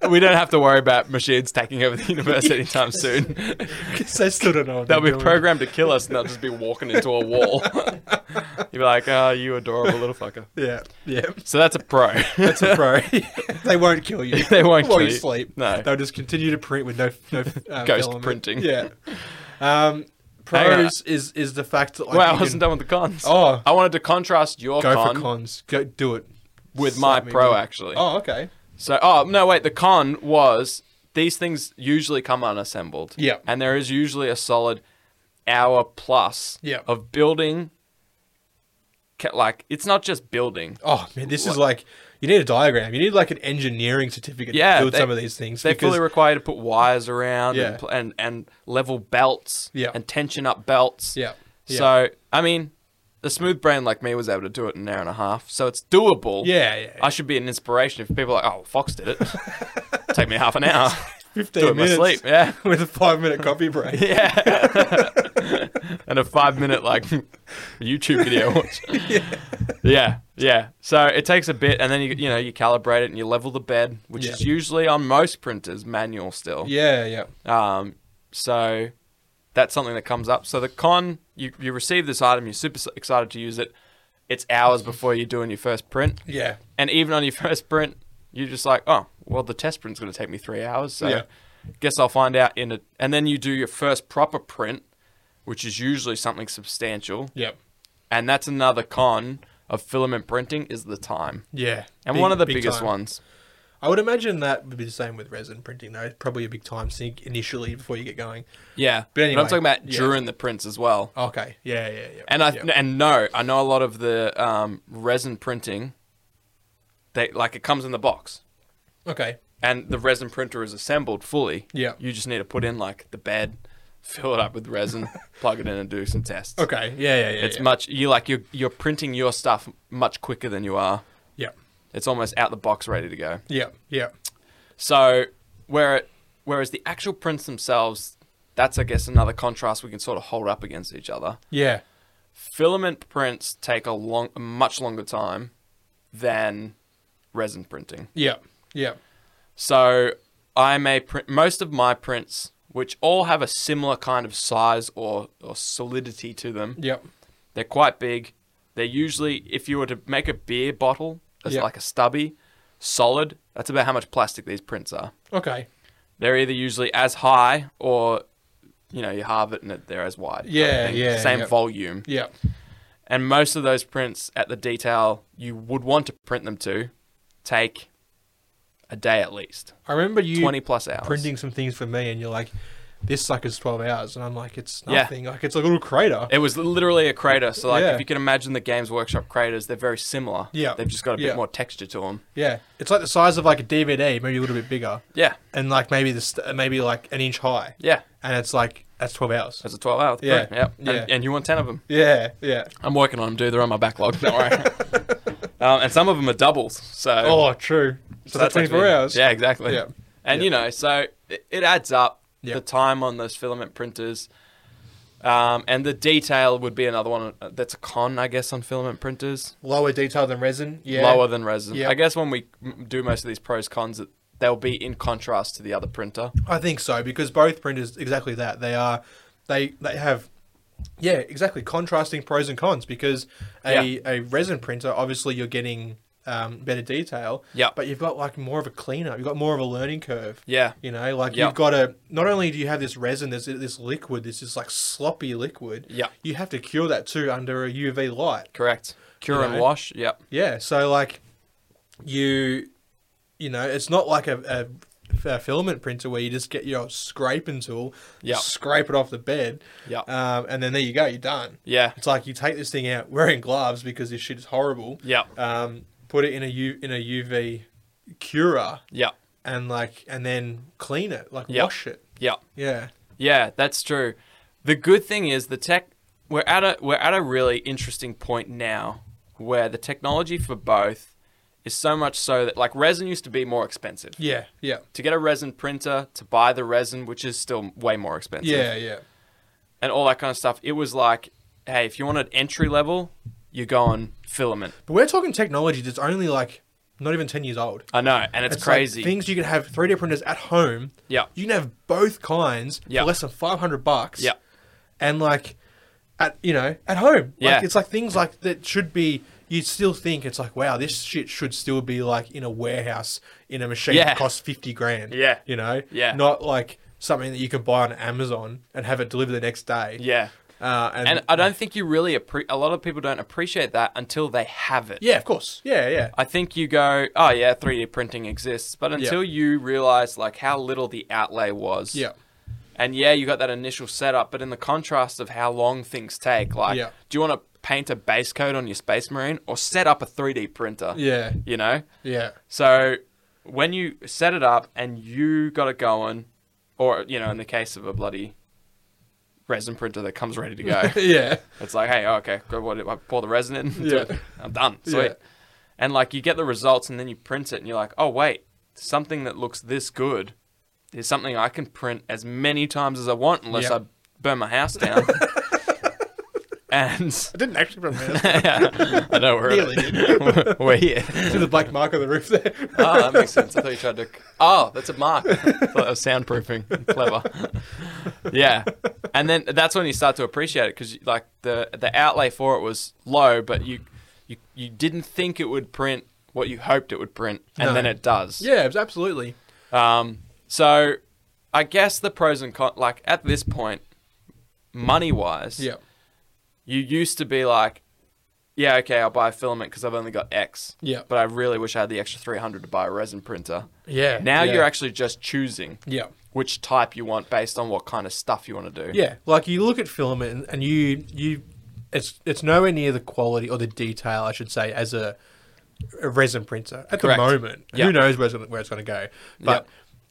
B: we don't have to worry about machines
A: *laughs*
B: taking over the universe anytime soon.
A: 'Cause I still don't know. What
B: They'll
A: they're
B: be
A: doing.
B: programmed to kill us and they'll just be walking into a
A: *laughs*
B: wall. *laughs* You'll be like, oh, you adorable little fucker.
A: Yeah, yeah.
B: So that's a pro.
A: That's a
B: *laughs*
A: pro. *laughs* they won't kill you.
B: They won't
A: while
B: kill
A: you
B: you.
A: sleep.
B: No.
A: they'll just continue to print with no
B: *laughs*
A: no uh,
B: Ghost
A: filament.
B: printing.
A: Yeah. Um,
B: Hang on.
A: pros is is the fact that like
B: wow, I
A: you
B: wasn't
A: can-
B: done with the cons.
A: Oh.
B: I wanted to contrast your
A: go
B: con,
A: for cons. Go do it
B: with my
A: Slap me
B: pro,
A: down.
B: actually.
A: Oh, okay.
B: So, oh no, wait. The con was these things usually come unassembled.
A: Yeah.
B: and there is usually a solid hour plus.
A: Yeah.
B: of building. ca- Like it's not just building.
A: Oh man, this is like you need a diagram. You need like an engineering certificate
B: Yeah,
A: to build
B: they-
A: some of these things.
B: They
A: because-
B: fully require you to put wires around
A: Yeah.
B: and, pl- and and level belts
A: Yeah.
B: and tension up belts.
A: yeah, yeah.
B: So I mean, a smooth brain like me was able to do it in an hour and a half. So it's doable.
A: yeah, yeah,
B: I should be an inspiration if people are like, oh,
A: *laughs*
B: Fox did it. Take me half an hour.
A: fifteen
B: do it in my
A: minutes
B: sleep. Yeah.
A: with a five minute coffee break. *laughs*
B: *laughs* Yeah. *laughs* and a five minute like *laughs* YouTube video
A: *laughs*
B: watch. yeah. yeah. So it takes a bit and then you you know, you calibrate it and you level the bed, which
A: Yeah.
B: is usually on most printers manual still.
A: yeah, yeah,
B: Um so that's something that comes up. So the con, you you receive this item, you're super s- excited to use it. It's hours before you're doing your first print.
A: Mm-hmm. yeah.
B: And even on your *laughs* first print, you're just like, oh, well, the test print's going to take me three hours. So
A: Yeah.
B: guess I'll find out in a. And then you do your first proper print, which is usually something substantial.
A: Yep.
B: And that's another con of filament printing is the time.
A: Yeah.
B: And
A: Big-
B: one of the
A: big
B: biggest
A: time.
B: ones.
A: I would imagine that would be the same with resin printing, though. It's probably a big time sink initially before you get going.
B: Yeah.
A: But anyway,
B: I'm talking about
A: yeah.
B: during the prints as well.
A: Okay. Yeah, yeah, yeah.
B: And I
A: yeah.
B: and no, I know a lot of the um, resin printing. They like it comes in the box.
A: okay.
B: and the resin printer is assembled fully.
A: Yeah.
B: You just need to put in like the bed, *laughs* fill it up with
A: *laughs*
B: resin, plug it in, and do some tests.
A: Okay. Yeah, yeah, yeah.
B: It's
A: yeah.
B: much you like you're you're printing your stuff much quicker than you are.
A: yeah.
B: It's almost out the box ready to go.
A: Yeah. Yeah.
B: So where it, whereas the actual prints themselves, that's I guess another contrast we can sort of hold up against each other.
A: Yeah.
B: Filament prints take a long, a much longer time than resin printing.
A: Yeah. Yeah.
B: So I may print most of my prints, which all have a similar kind of size or, or solidity to them.
A: Yeah.
B: They're quite big. They're usually, if you were to make a beer bottle as
A: Yeah.
B: like a stubby, solid, that's about how much plastic these prints are.
A: Okay.
B: They're either usually as high or, you know, you halve it and it- they're as wide. kind of
A: Yeah,
B: thing.
A: yeah,
B: Same
A: yeah.
B: volume.
A: Yeah.
B: And most of those prints at the detail you would want to print them to take a day at least,
A: I remember you
B: 20 plus hours.
A: printing some things for me, and you're like, "This sucker's twelve hours," and I'm like, "It's
B: Yeah.
A: nothing. Like it's like a little crater."
B: It was literally a crater. So, like,
A: Yeah.
B: if you can imagine the Games Workshop craters, they're very similar.
A: Yeah.
B: They've just got a bit
A: Yeah.
B: more texture to them.
A: yeah. It's like the size of like a DVD, maybe a little bit bigger,
B: Yeah.
A: and like maybe this maybe like an inch high,
B: Yeah.
A: and it's like that's twelve hours.
B: That's a 12 hour.
A: Yeah.
B: Yeah. Yep.
A: Yeah.
B: And, and you want 10 of them.
A: Yeah. Yeah.
B: I'm working on them, dude. They're on my
A: *laughs*
B: backlog. Don't worry. *laughs* um, and some of them are doubles. So,
A: Oh, true. So, that's twenty four
B: actually-
A: hours.
B: Yeah, exactly.
A: Yeah.
B: And, you know, so it, it adds up
A: Yeah.
B: the time on those filament printers. Um, and the detail would be another one uh, that's a con, I guess, on filament printers.
A: Lower detail than resin. Yeah.
B: lower than resin.
A: Yeah.
B: I guess when we m- do most of these pros cons, it- they'll be in contrast to the other printer.
A: I think so because both printers exactly that. They are, they they have, yeah, exactly contrasting pros and cons because a a resin printer obviously you're getting um, better detail.
B: Yeah.
A: But you've got like more of a cleanup. You've got more of a learning curve.
B: Yeah,
A: You know, like
B: Yeah.
A: you've got to. Not only do you have this resin, this this liquid, this is like sloppy liquid.
B: Yeah.
A: You have to cure that too under a UV light.
B: correct. Cure
A: You
B: and
A: know.
B: wash. Yep.
A: Yeah, so like you, you know, it's not like a, a f- uh, filament printer where you just get your scraping tool,
B: Yep.
A: scrape it off the bed,
B: Yep.
A: um, and then there you go, you're done.
B: Yeah.
A: It's like you take this thing out wearing gloves because this shit is horrible.
B: Yep.
A: Um, put it in a U in a UV curer
B: Yep.
A: and like and then clean it, like
B: Yep.
A: wash it.
B: Yep.
A: Yeah.
B: Yeah, that's true. The good thing is the tech we're at a we're at a really interesting point now where the technology for both is so much so that like resin used to be more expensive.
A: Yeah. Yeah.
B: To get a resin printer, to buy the resin, which is still way more expensive.
A: Yeah. Yeah.
B: And all that kind of stuff. It was like, hey, if you want an entry level, you go on filament.
A: But we're talking technology that's only like not even ten years old.
B: I know, and it's,
A: like
B: crazy.
A: things you can have 3D printers at home.
B: Yeah.
A: You can have both kinds
B: Yeah.
A: for less than 500 bucks.
B: Yeah.
A: And like, at you know, at home.
B: Yeah.
A: Like, it's like things like that should be. You still think it's like, wow, this shit should still be like in a warehouse in a machine
B: Yeah.
A: that costs 50 grand.
B: Yeah.
A: You know.
B: Yeah.
A: Not like something that you can buy on Amazon and have it delivered the next day.
B: yeah.
A: Uh, and,
B: And I don't think you really appre- a lot of people don't appreciate that until they have it.
A: yeah, of course. Yeah. Yeah.
B: I think you go, oh yeah, 3D printing exists, but until you realize like how little the outlay was.
A: Yeah.
B: And yeah, you got that initial setup, but in the contrast of how long things take, like
A: Yeah.
B: do you want to paint a base coat on your space marine or set up a 3D printer?
A: Yeah.
B: You know?
A: Yeah. *laughs*
B: So when you set it up and you got it going, or you know, in the case of a bloody resin printer that comes ready to go.
A: *laughs*
B: *laughs*
A: yeah.
B: It's like, hey, okay, go what I pour the resin in, *laughs* do
A: Yeah.
B: it. I'm done, sweet.
A: Yeah.
B: And like you get the results, and then you print it, and you're like, oh wait, something that looks this good is something I can print as many times as I want, unless
A: Yeah.
B: I burn my
A: *laughs*
B: house down. and *laughs*
A: I didn't actually remember.
B: I know we're
A: Nearly
B: we're, *laughs* we're here.
A: to the black mark on the roof there.
B: Oh, that makes sense. I thought you tried to. Oh, that's a mark. I *laughs* thought that was soundproofing. Clever. yeah, and then that's when you start to appreciate it because like the the outlay for it was low, but you you you didn't think it would print what you hoped it would print, and
A: No.
B: then it does.
A: yeah, absolutely.
B: Um. So, I guess the pros and cons. Like at this point, money wise,
A: Yeah.
B: you used to be like, yeah, okay, I'll buy a filament because I've only got X.
A: Yeah.
B: But I really wish I had the extra 300 to buy a resin printer.
A: Yeah.
B: Now
A: yeah.
B: you're actually just choosing
A: Yeah.
B: which type you want based on what kind of stuff you want to do.
A: Yeah. Like you look at filament and, and you you it's it's nowhere near the quality or the detail I should say as a, a resin printer at the
B: Correct.
A: moment.
B: Yeah.
A: Who knows where it's gonna, where it's going to go? But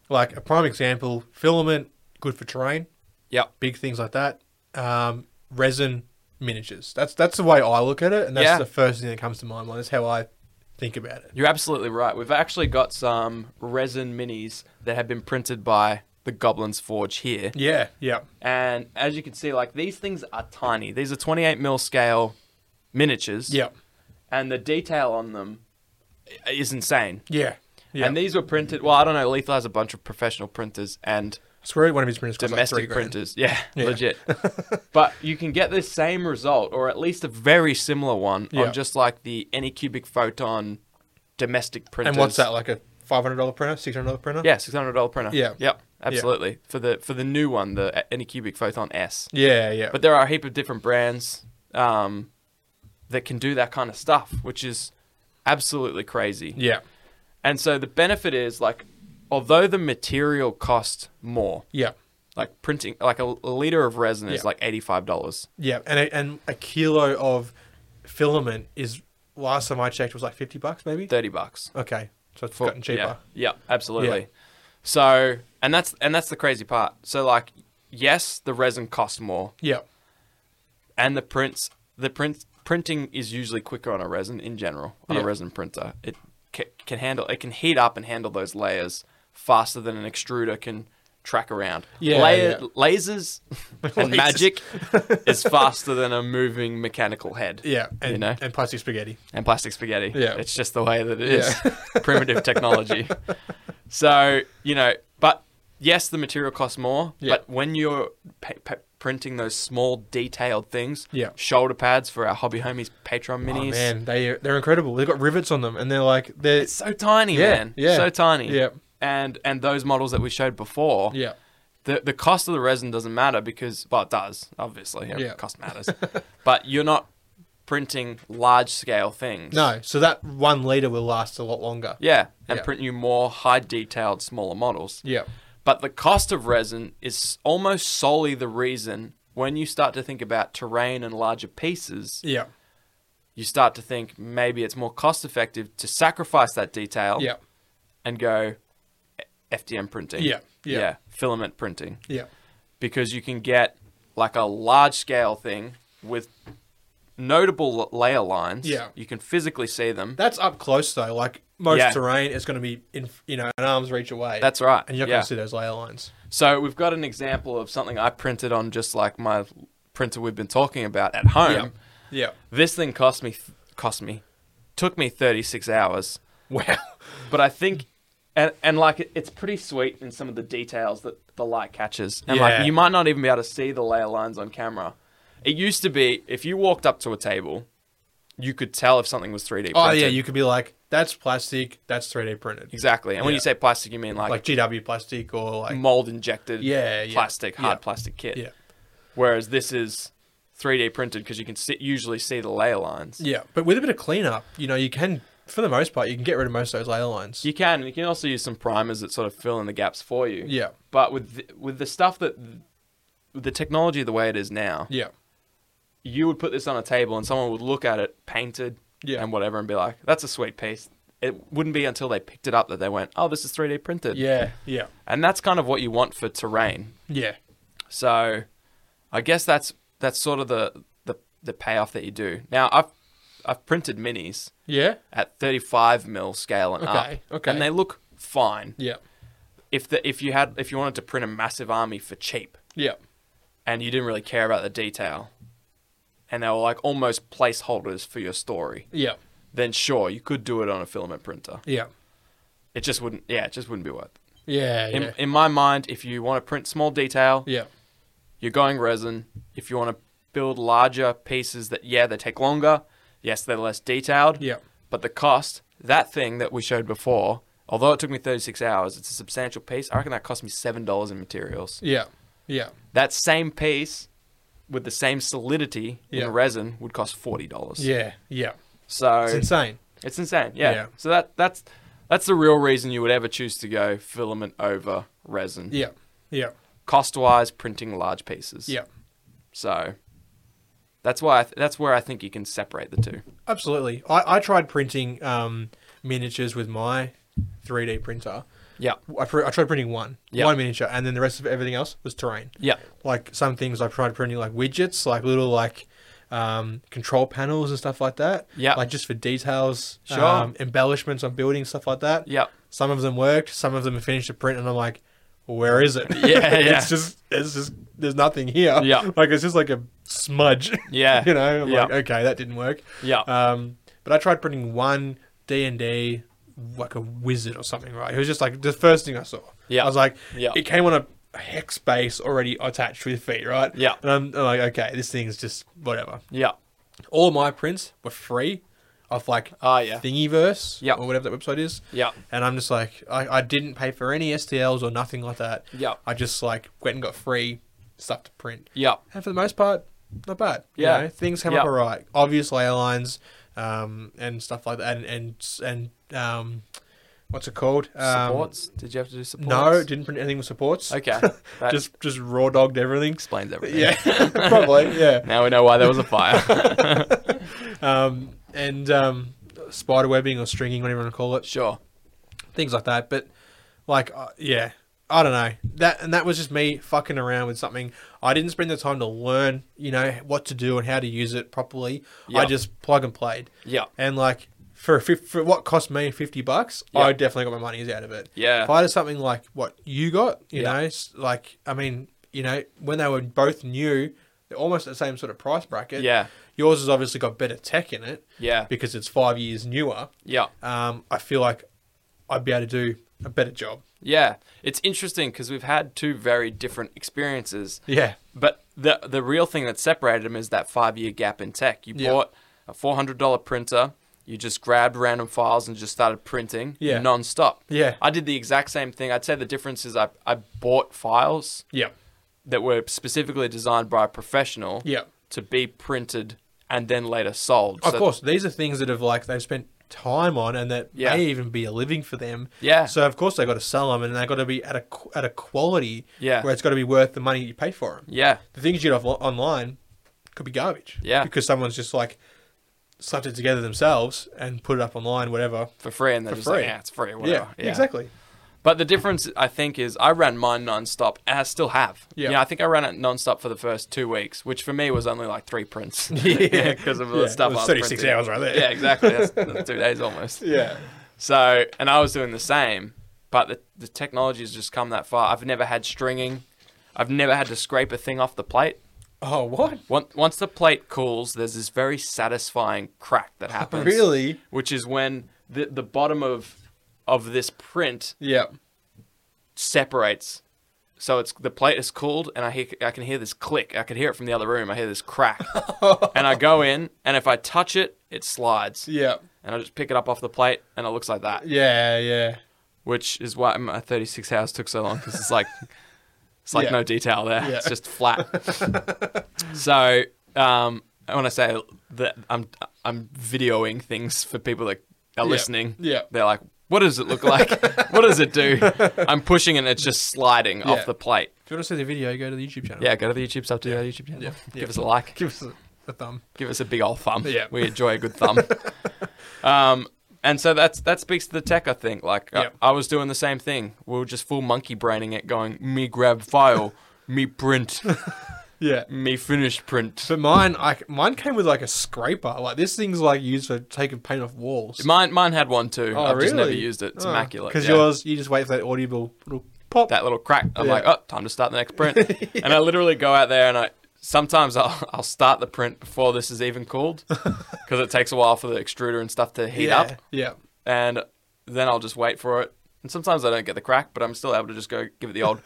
A: like a prime example, filament good for terrain,
B: Yep.
A: big things like that. Um, resin miniatures. That's that's the way I look at it, and that's
B: Yeah.
A: the first thing that comes to my mind. That's how I think about it.
B: You're absolutely right. We've actually got some resin minis that have been printed by the Goblin's Forge here.
A: Yeah. Yeah.
B: And as you can see, like these things are tiny. These are 28 mil scale miniatures.
A: Yeah.
B: And the detail on them i- is insane.
A: Yeah. Yeah.
B: And these were printed. Well, I don't know. Lethal has a bunch of professional printers and
A: I swear one of his printers costs like
B: domestic
A: three grand.
B: printers. Yeah,
A: Yeah.
B: legit.
A: *laughs*
B: but you can get this same result, or at least a very similar one,
A: Yeah.
B: on just like the Anycubic Photon domestic printers.
A: And what's that like a five hundred dollar printer, six hundred dollar printer?
B: Yeah, six hundred dollar printer.
A: Yeah.
B: yep, absolutely. For the for the new one, the Anycubic Photon S.
A: yeah, yeah.
B: But there are a heap of different brands um, that can do that kind of stuff, which is absolutely crazy.
A: yeah,
B: And so the benefit is like, although the material costs more,
A: yeah,
B: like printing, like a, a liter of resin is
A: Yeah.
B: like eighty five dollars.
A: yeah. And a, and a kilo of filament is last time I checked was like fifty bucks, maybe.
B: 30 bucks.
A: Okay, so it's
B: For-
A: gotten cheaper.
B: Yeah, yeah, absolutely.
A: Yeah.
B: So, and that's and that's the crazy part. So like yes, the resin costs more
A: Yeah,
B: and the prints the print printing is usually quicker on a resin in general, on a
A: Yeah.
B: resin printer. It ca- can handle it can heat up and handle those layers faster than an extruder can track around.
A: Yeah,
B: Layer,
A: yeah. *laughs*
B: lasers and
A: Lasers. *laughs*
B: magic is faster than a moving mechanical head.
A: yeah, and
B: you know
A: and plastic spaghetti.
B: and plastic spaghetti.
A: Yeah.
B: It's just the way that it is. *laughs* Primitive technology. So, you know, but yes, the material costs more,
A: Yeah.
B: but when you're pa- pa- printing those small detailed things,
A: Yeah.
B: shoulder pads for our hobby homies Patreon
A: Oh
B: minis.
A: man, they they're incredible. They've got rivets on them, and they're like they're
B: It's so tiny,
A: Yeah,
B: man.
A: yeah,
B: So tiny.
A: yeah.
B: And and those models that we showed before,
A: yeah,
B: the the cost of the resin doesn't matter because well it does obviously yeah,
A: Yeah.
B: cost matters, *laughs* but you're not printing large scale things.
A: No, so that one liter will last a lot longer.
B: Yeah, and
A: Yeah.
B: print you more high detailed, smaller models.
A: Yeah.
B: But the cost of resin is almost solely the reason when you start to think about terrain and larger pieces,
A: Yeah.
B: you start to think maybe it's more cost effective to sacrifice that detail
A: Yeah.
B: and go FDM printing.
A: Yeah, yeah.
B: Filament printing.
A: Yeah.
B: Because you can get like a large scale thing with notable l- layer lines.
A: Yeah.
B: You can physically see them.
A: That's up close though. Like most
B: Yeah.
A: terrain is going to be in you know an arm's reach away.
B: That's right.
A: and you're not
B: yeah.
A: going to see those layer lines.
B: So we've got an example of something I printed on just like my printer we've been talking about at home.
A: Yeah.
B: This thing cost me cost me took me 36 hours,
A: *laughs* Wow.
B: but I think and and like it- it's pretty sweet in some of the details that the light catches. And
A: Yeah.
B: like you might not even be able to see the layer lines on camera. It used to be if you walked up to a table, you could tell if something was 3D printed.
A: Oh yeah, you could be like, that's plastic. That's 3D printed.
B: Exactly. And when
A: Yeah.
B: you say plastic, you mean like,
A: Like GW plastic or like
B: mold injected
A: Yeah, yeah,
B: plastic,
A: yeah.
B: hard plastic kit.
A: yeah.
B: Whereas this is 3D printed because you can see, usually see the layer lines.
A: Yeah, but with a bit of cleanup, you know, you can, for the most part, you can get rid of most of those layer lines.
B: You can. and You can also use some primers that sort of fill in the gaps for you.
A: Yeah,
B: But with the, with the stuff that with the technology the way it is now,
A: yeah,
B: you would put this on a table and someone would look at it painted
A: Yeah.
B: and whatever and be like, "That's a sweet piece." It wouldn't be until they picked it up that they went, "Oh, this is 3D printed."
A: yeah, yeah,
B: And that's kind of what you want for terrain.
A: yeah,
B: So, I guess that's that's sort of the the, the payoff that you do. Now, I've I've printed minis.
A: yeah,
B: at 35 mil scale and up.
A: Okay, okay.
B: And they look fine.
A: yeah,
B: If the if you had if you wanted to print a massive army for cheap
A: yeah,
B: and you didn't really care about the detail and they were like almost placeholders for your story,
A: yeah,
B: then sure, you could do it on a filament printer.
A: yeah,
B: It just wouldn't yeah, it just wouldn't be worth it.
A: yeah,
B: In,
A: yeah,
B: in my mind, if you want to print small detail,
A: yeah,
B: you're going resin. If you want to build larger pieces that yeah, they take longer. Yes, they're less detailed.
A: yeah,
B: But the cost, that thing that we showed before, although it took me 36 hours, it's a substantial piece. I reckon that cost me $7 in materials.
A: yeah, yeah,
B: That same piece with the same solidity
A: Yeah.
B: in resin would cost $40.
A: yeah, yeah.
B: So
A: It's
B: it's,
A: insane.
B: insane. Yeah.
A: Yeah.
B: So that that's that's the real reason you would ever choose to go filament over resin.
A: Yeah, yeah,
B: Cost-wise, printing large pieces.
A: yeah,
B: So that's why I th- that's where I think you can separate the two.
A: absolutely. I, I tried printing um, miniatures with my 3D printer.
B: Yeah.
A: I, pr- I tried printing one,
B: Yeah.
A: one miniature, and then the rest of everything else was terrain.
B: Yeah.
A: like some things I tried printing like widgets, like little like um, control panels and stuff like that.
B: Yeah.
A: Like just for details,
B: Sure.
A: um, embellishments on buildings, stuff like that.
B: Yeah.
A: Some of them worked, some of them finished the print, and I'm like, where is it? *laughs*
B: Yeah, yeah.
A: it's just it's just there's nothing here.
B: Yeah.
A: *laughs* Like it's just like a smudge.
B: Yeah.
A: *laughs* you know, I'm
B: Yeah.
A: like okay, that didn't work.
B: Yeah.
A: Um, but I tried printing one D and D like a wizard or something, right? It was just like the first thing I saw.
B: Yeah.
A: I was like,
B: Yeah.
A: it came on a hex base already attached with feet, right?
B: Yeah.
A: And I'm, I'm like, okay, this thing's just whatever.
B: yeah.
A: All my prints were free off like
B: Ah, yeah.
A: Thingiverse
B: Yeah.
A: or whatever that website is.
B: Yeah.
A: And I'm just like, I, I didn't pay for any STLs or nothing like that.
B: Yeah.
A: I just like went and got free stuff to print.
B: Yeah.
A: And for the most part, not bad.
B: Yeah.
A: You know, things come
B: Yeah.
A: up all right. Obvious layer lines um, and stuff like that. And, and, and um, what's it called? Um,
B: supports? Did you have to do supports?
A: No, didn't print anything with supports.
B: Okay.
A: *laughs*
B: That
A: just just raw dogged
B: *laughs*
A: everything.
B: explains everything.
A: Yeah, *laughs* probably. Yeah.
B: Now we know why there was a
A: *laughs*
B: fire.
A: Um, and um, spider webbing or stringing, whatever you want to call it,
B: sure.
A: things like that. But like, uh, yeah, I don't know that, and that was just me fucking around with something. I didn't spend the time to learn, you know, what to do and how to use it properly. I
B: Yeah.
A: just plug and played,
B: Yeah.
A: and like. For, fif- for what cost me fifty bucks,
B: Yeah.
A: I definitely got my money's out of it.
B: Yeah.
A: If I had something like what you got, you
B: Yeah.
A: know, s- like I mean, you know, when they were both new, they're almost the same sort of price bracket.
B: Yeah.
A: Yours has obviously got better tech in it
B: Yeah.
A: because it's five years newer.
B: Yeah.
A: Um, I feel like I'd be able to do a better job.
B: Yeah. It's interesting because we've had two very different experiences,
A: Yeah.
B: but the the real thing that separated them is that five year gap in tech. You
A: Yeah.
B: bought a four hundred dollar printer. You just grabbed random files and just started printing
A: Yeah.
B: nonstop.
A: Yeah.
B: I did the exact same thing. I'd say the difference is I, I bought files
A: Yeah.
B: that were specifically designed by a professional
A: Yeah.
B: to be printed and then later sold.
A: Of
B: So-
A: course, these are things that have like they've spent time on, and that
B: Yeah.
A: may even be a living for them.
B: Yeah.
A: So of course they got to sell them, and they got to be at a qu- at a quality
B: Yeah.
A: where it's got to be worth the money you pay for them.
B: yeah.
A: The things you get off online could be garbage.
B: Yeah.
A: Because someone's just like slapped it together themselves and put it up online, whatever.
B: For free, and they're
A: For
B: just like,
A: free.
B: yeah, it's free, whatever.
A: Yeah, Exactly.
B: But the difference, I think, is I ran mine nonstop, and I still have.
A: Yeah.
B: You know, I think I ran it nonstop for the first two weeks, which for me was only like three prints.
A: *laughs*
B: *laughs*
A: Yeah.
B: because of
A: Yeah,
B: the stuff.
A: it
B: I
A: was 36
B: was printing.
A: hours right there.
B: Yeah, exactly. That's,
A: *laughs*
B: that's two days almost.
A: Yeah.
B: So, and I was doing the same, but the the technology has just come that far. I've never had stringing. I've never had to scrape a thing off the plate.
A: Oh, what?
B: Once once the plate cools, there's this very satisfying crack that happens.
A: *laughs* Really?
B: Which is when the the bottom of of this print
A: Yeah.
B: separates. So it's the plate is cooled, and I hear, I can hear this click. I can hear it from the other room. I hear this crack, and I go in, and if I touch it, it slides,
A: Yeah.
B: and I just pick it up off the plate, and it looks like that,
A: Yeah. Yeah.
B: which is why my 36 hours took so long because it's like it's like
A: Yeah.
B: no detail there.
A: Yeah.
B: It's just flat.
A: *laughs*
B: so um, when I say that I'm I'm videoing things for people that are listening,
A: Yeah.
B: they're like, "What does it
A: *laughs*
B: look like? what does it do?" I'm pushing and it's just sliding
A: Yeah.
B: off the plate.
A: If you want to see the video, go to the YouTube channel.
B: Yeah, go to the YouTube, sub to our YouTube channel.
A: Yeah. Yeah.
B: Give us a like.
A: Give us a, a thumb.
B: Give us a big old thumb.
A: Yeah.
B: We enjoy a
A: *laughs*
B: good thumb. um, and so that's that speaks to the tech, I think. Like I-
A: Yeah.
B: I, was doing the same thing. We were just full monkey braining it, going, me
A: *laughs*
B: grab file, me print,
A: Yeah.
B: me finish print.
A: But mine, I, mine came with like a scraper. Like this thing's like used for taking paint off walls.
B: Mine mine had one too.
A: Oh,
B: I've just never used it. It's immaculate.
A: Because
B: yeah.
A: Oh, yours, you just wait for that audible little pop.
B: that little crack. I'm
A: Yeah.
B: like, oh, time to start the
A: *laughs*
B: next print. And I literally go out there and I sometimes I'll I'll start the print before this is even
A: *laughs*
B: cooled because it takes a while for the extruder and stuff to heat
A: yeah.
B: up,
A: Yeah.
B: and then I'll just wait for it. And sometimes I don't get the crack, but I'm still able to just go give it
A: *laughs*
B: the old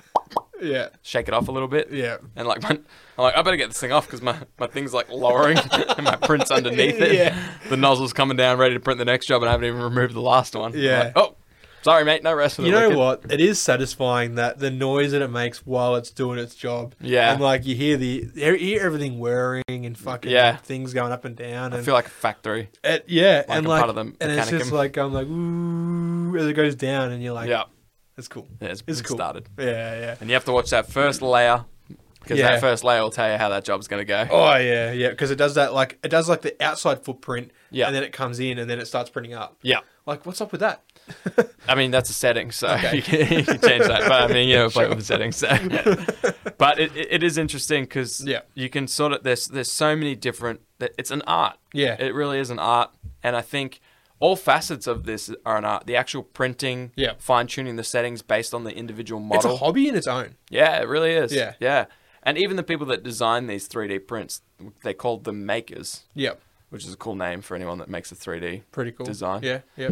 A: Yeah.
B: shake it off a little bit.
A: Yeah.
B: And like, my, I'm like, I better get this thing off because my, my thing's
A: *laughs*
B: like lowering and my print's underneath it.
A: Yeah.
B: The nozzle's coming down, ready to print the next job, and I haven't even removed the last one. I'm
A: Yeah.
B: like, oh, sorry, mate. No rest for the
A: You know
B: wicked."
A: what? It is satisfying that the noise that it makes while it's doing its job.
B: Yeah.
A: And like you hear the you hear everything whirring and fucking
B: Yeah.
A: things going up and down
B: I
A: and
B: feel like a factory.
A: it- yeah
B: like
A: and
B: a
A: like
B: part of the
A: and it's just
B: mechanicum.
A: like I'm like ooh as it goes down and you're like
B: yeah.
A: it's cool
B: Yeah, it's,
A: it's
B: it's
A: cool
B: started.
A: yeah yeah
B: And you have to watch that first layer because
A: Yeah.
B: that first layer will tell you how that job's going to go.
A: oh yeah yeah because it does that like it does like the outside footprint
B: Yeah.
A: and then it comes in and then it starts printing up
B: Yeah.
A: like what's up with that
B: I mean, that's a setting, so
A: Okay.
B: *laughs* you, can, you can change that. But I mean, you know, play with
A: *laughs*
B: the settings. So. but it, it, it is interesting because
A: Yeah.
B: you can sort of, there's, there's so many different, it's an art.
A: Yeah.
B: It really is an art. And I think all facets of this are an art. The actual printing,
A: Yeah.
B: fine tuning the settings based on the individual model.
A: it's a hobby in its own
B: Yeah, it really is.
A: Yeah.
B: Yeah. And even the people that design these 3D prints, they called them makers,
A: yeah
B: which is a cool name for anyone that makes a 3D
A: pretty cool
B: design.
A: yeah yeah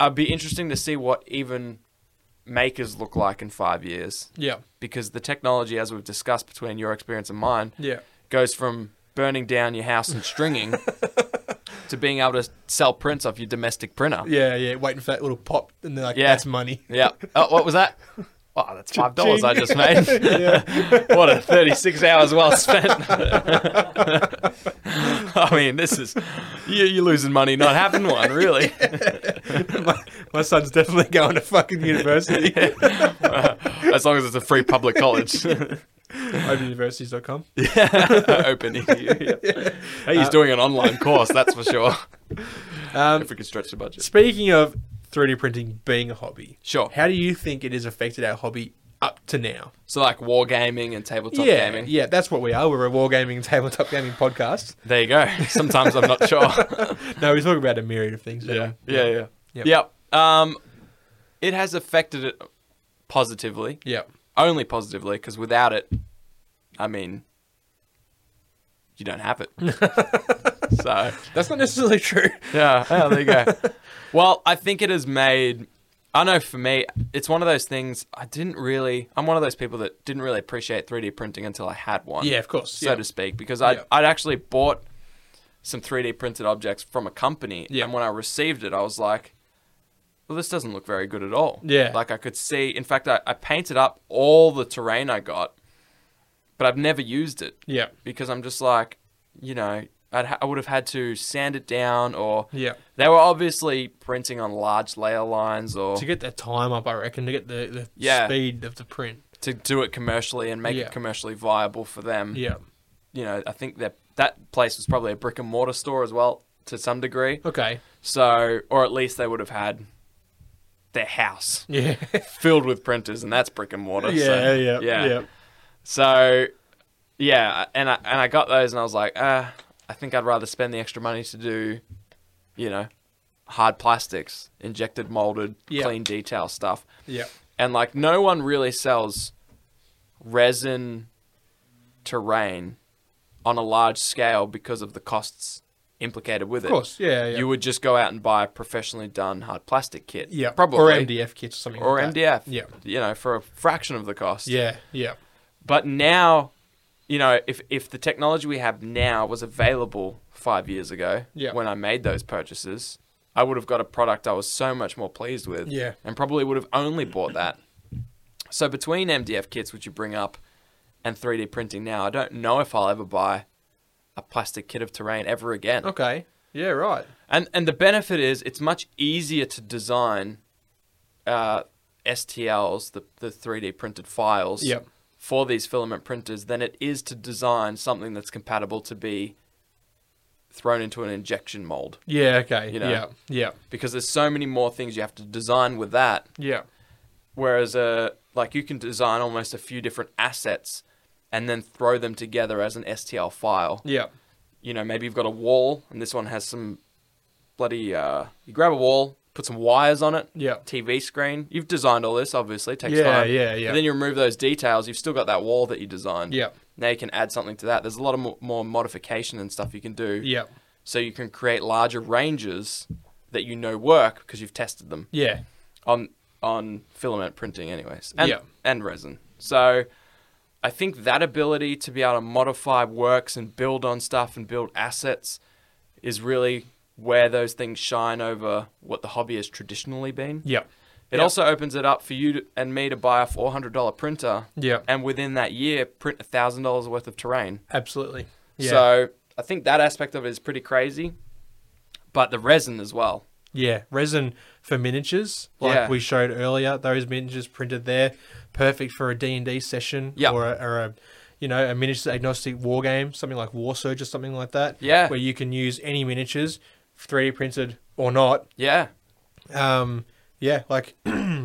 B: It'd be interesting to see what even makers look like in five years
A: yeah
B: because the technology, as we've discussed between your experience and mine,
A: yeah
B: goes from burning down your house and
A: *laughs*
B: stringing to being able to sell prints off your domestic printer.
A: yeah yeah waiting for that little pop and they're like
B: Yeah.
A: that's
B: *laughs*
A: money
B: Yeah. Oh, what was that? Oh, that's five dollars I just made.
A: Yeah.
B: *laughs* what a thirty-six hours well spent. *laughs* I mean, this is you, you're losing money not having
A: *laughs*
B: one, really.
A: my, my son's definitely *laughs* going to fucking
B: *laughs*
A: university.
B: as long as it's a free
A: *laughs*
B: public college.
A: Openuniversities.com.
B: *laughs*
A: *laughs*
B: Open. EDU, *laughs* yeah. Hey, he's doing an online course, that's for sure.
A: Um,
B: If we can stretch the
A: *laughs*
B: budget.
A: speaking of 3D printing being a hobby,
B: Sure.
A: how do you think it has affected our hobby up to now?
B: So like wargaming and tabletop
A: yeah,
B: gaming.
A: yeah, that's what we are. We're a wargaming and tabletop gaming podcast.
B: There you go. Sometimes
A: *laughs*
B: I'm not sure.
A: No, we talk about a myriad of things. don't
B: Yeah.
A: we?
B: *laughs* Yeah. Yeah.
A: Yep.
B: Yep. Um, it has affected it positively,
A: yeah,
B: only positively, because without it, I mean, you
A: *laughs*
B: don't have it. so,
A: that's not necessarily *laughs* true.
B: yeah, yeah, there you go. *laughs* well, I think it has made. I know for me, it's one of those things I didn't really. I'm one of those people that didn't really appreciate 3D printing until I had one
A: Yeah, of course.
B: so
A: yeah.
B: to speak, because I'd,
A: Yeah.
B: I'd actually bought some 3D printed objects from a company.
A: Yeah.
B: And when I received it, I was like, well, this doesn't look very good at all.
A: Yeah.
B: Like I could see, in fact, I, I painted up all the terrain I got, but I've never used it
A: yeah,
B: because I'm just like, you know, I'd ha- I would have had to sand it down, or
A: Yeah.
B: they were obviously printing on large layer lines, or
A: To get the time up, I reckon, to get the, the
B: Yeah.
A: speed of the print.
B: to do it commercially and make
A: Yeah.
B: it commercially viable for them.
A: Yeah.
B: You know, I think that that place was probably a brick and mortar store as well to some degree.
A: Okay. *laughs*
B: So, or at least they would have had their house
A: Yeah.
B: filled with printers, and that's brick and mortar. so,
A: yeah, yeah. Yeah. Yeah.
B: So, yeah, and I and I got those, and I was like, uh, I think I'd rather spend the extra money to do, you know, hard plastics, injected, molded,
A: Yeah.
B: clean detail stuff, and like no one really sells resin terrain on a large scale because of the costs implicated with
A: Of
B: it.
A: course. Yeah. Yeah.
B: You would just go out and buy a professionally done hard plastic kit.
A: yeah.
B: Probably.
A: Or MDF kits or something.
B: Or
A: like that.
B: MDF.
A: Yeah.
B: You know, for a fraction of the cost.
A: Yeah. Yeah.
B: But now, you know, if if the technology we have now was available five years ago,
A: Yeah.
B: when I made those purchases, I would have got a product I was so much more pleased with,
A: Yeah.
B: and probably would have only bought that. So between MDF kits, which you bring up, and 3D printing now, I don't know if I'll ever buy a plastic kit of terrain ever again.
A: Okay. Yeah. Right.
B: And and the benefit is it's much easier to design uh, STLs, the the three D printed files,
A: Yep.
B: for these filament printers than it is to design something that's compatible to be thrown into an injection mold.
A: Yeah. Okay.
B: You know.
A: Yeah. Yeah.
B: Because there's so many more things you have to design with that.
A: Yeah.
B: Whereas uh like you can design almost a few different assets and then throw them together as an STL file
A: Yeah.
B: you know, maybe you've got a wall and this one has some bloody uh you grab a wall, put some wires on it,
A: Yeah.
B: TV screen. You've designed all this, obviously, takes
A: Yeah,
B: time.
A: yeah, yeah.
B: And then you remove those details, you've still got that wall that you designed.
A: Yeah.
B: Now you can add something to that. There's a lot of mo- more modification and stuff you can do.
A: Yeah.
B: So you can create larger ranges that you know work because you've tested them
A: Yeah.
B: on on filament printing anyways and
A: Yeah.
B: and resin so i think that ability to be able to modify works and build on stuff and build assets is really where those things shine over what the hobby has traditionally been
A: Yeah.
B: it
A: Yeah.
B: also opens it up for you to, and me to buy a $400 printer
A: Yeah.
B: and within that year print $1000 worth of terrain
A: Absolutely. Yeah.
B: so i think that aspect of it is pretty crazy but the resin as well
A: Yeah, resin for miniatures, like
B: Yeah.
A: we showed earlier. Those miniatures printed there, perfect for a D and D session
B: Yep.
A: or, a, or a, you know, a miniature agnostic war game, something like War Surge or something like that.
B: Yeah.
A: where you can use any miniatures, three D printed or not.
B: yeah
A: Um, yeah, like *clears throat* I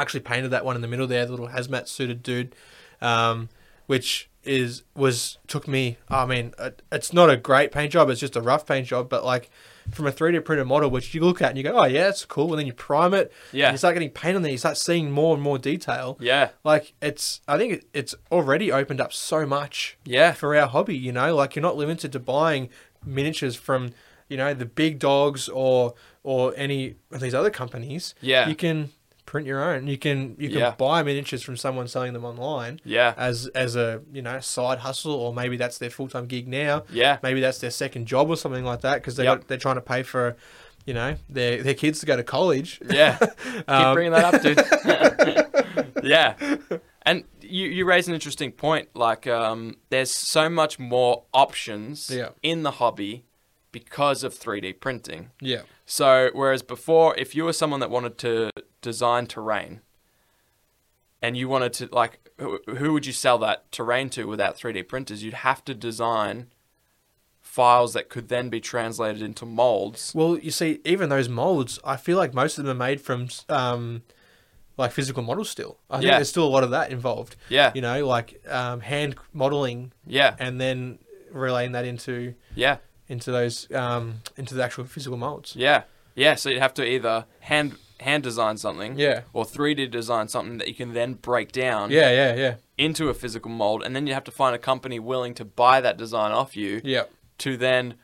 A: actually painted that one in the middle there, the little hazmat suited dude, um, which is was took me. I mean, it, it's not a great paint job; it's just a rough paint job. But like from a three D printed model, which you look at and you go, "Oh yeah, it's cool," and then you prime it,
B: Yeah.
A: and you start getting paint on there, you start seeing more and more detail.
B: yeah
A: Like it's, I think it- it's already opened up so much
B: yeah
A: for our hobby. You know, like you're not limited to buying miniatures from you know the big dogs or or any of these other companies.
B: Yeah.
A: you can print your own. You can you can
B: Yeah.
A: buy miniatures from someone selling them online
B: yeah
A: as as a you know side hustle, or maybe that's their full time gig now.
B: Yeah.
A: maybe that's their second job or something like that because they
B: Yep.
A: got they're trying to pay for. You know their their kids to go to college.
B: *laughs* Yeah. Keep
A: Um,
B: bringing that up, dude. *laughs* yeah. And you, you raise an interesting point. Like, um, there's so much more options
A: Yeah.
B: in the hobby because of 3D printing.
A: Yeah,
B: So, whereas before, if you were someone that wanted to design terrain and you wanted to, like, who, who would you sell that terrain to without 3D printers? You'd have to design files that could then be translated into molds.
A: Well, you see, even those molds, I feel like most of them are made from um, like physical models. Still, I think
B: Yeah.
A: there's still a lot of that involved.
B: Yeah.
A: You know, like um, hand modeling
B: Yeah.
A: and then relaying that into
B: Yeah.
A: into those um, into the actual physical molds.
B: Yeah, yeah. So you'd have to either hand hand design something,
A: Yeah.
B: or three D design something that you can then break down
A: Yeah, yeah, yeah,
B: into a physical mold, and then you have to find a company willing to buy that design off you
A: yeah,
B: to then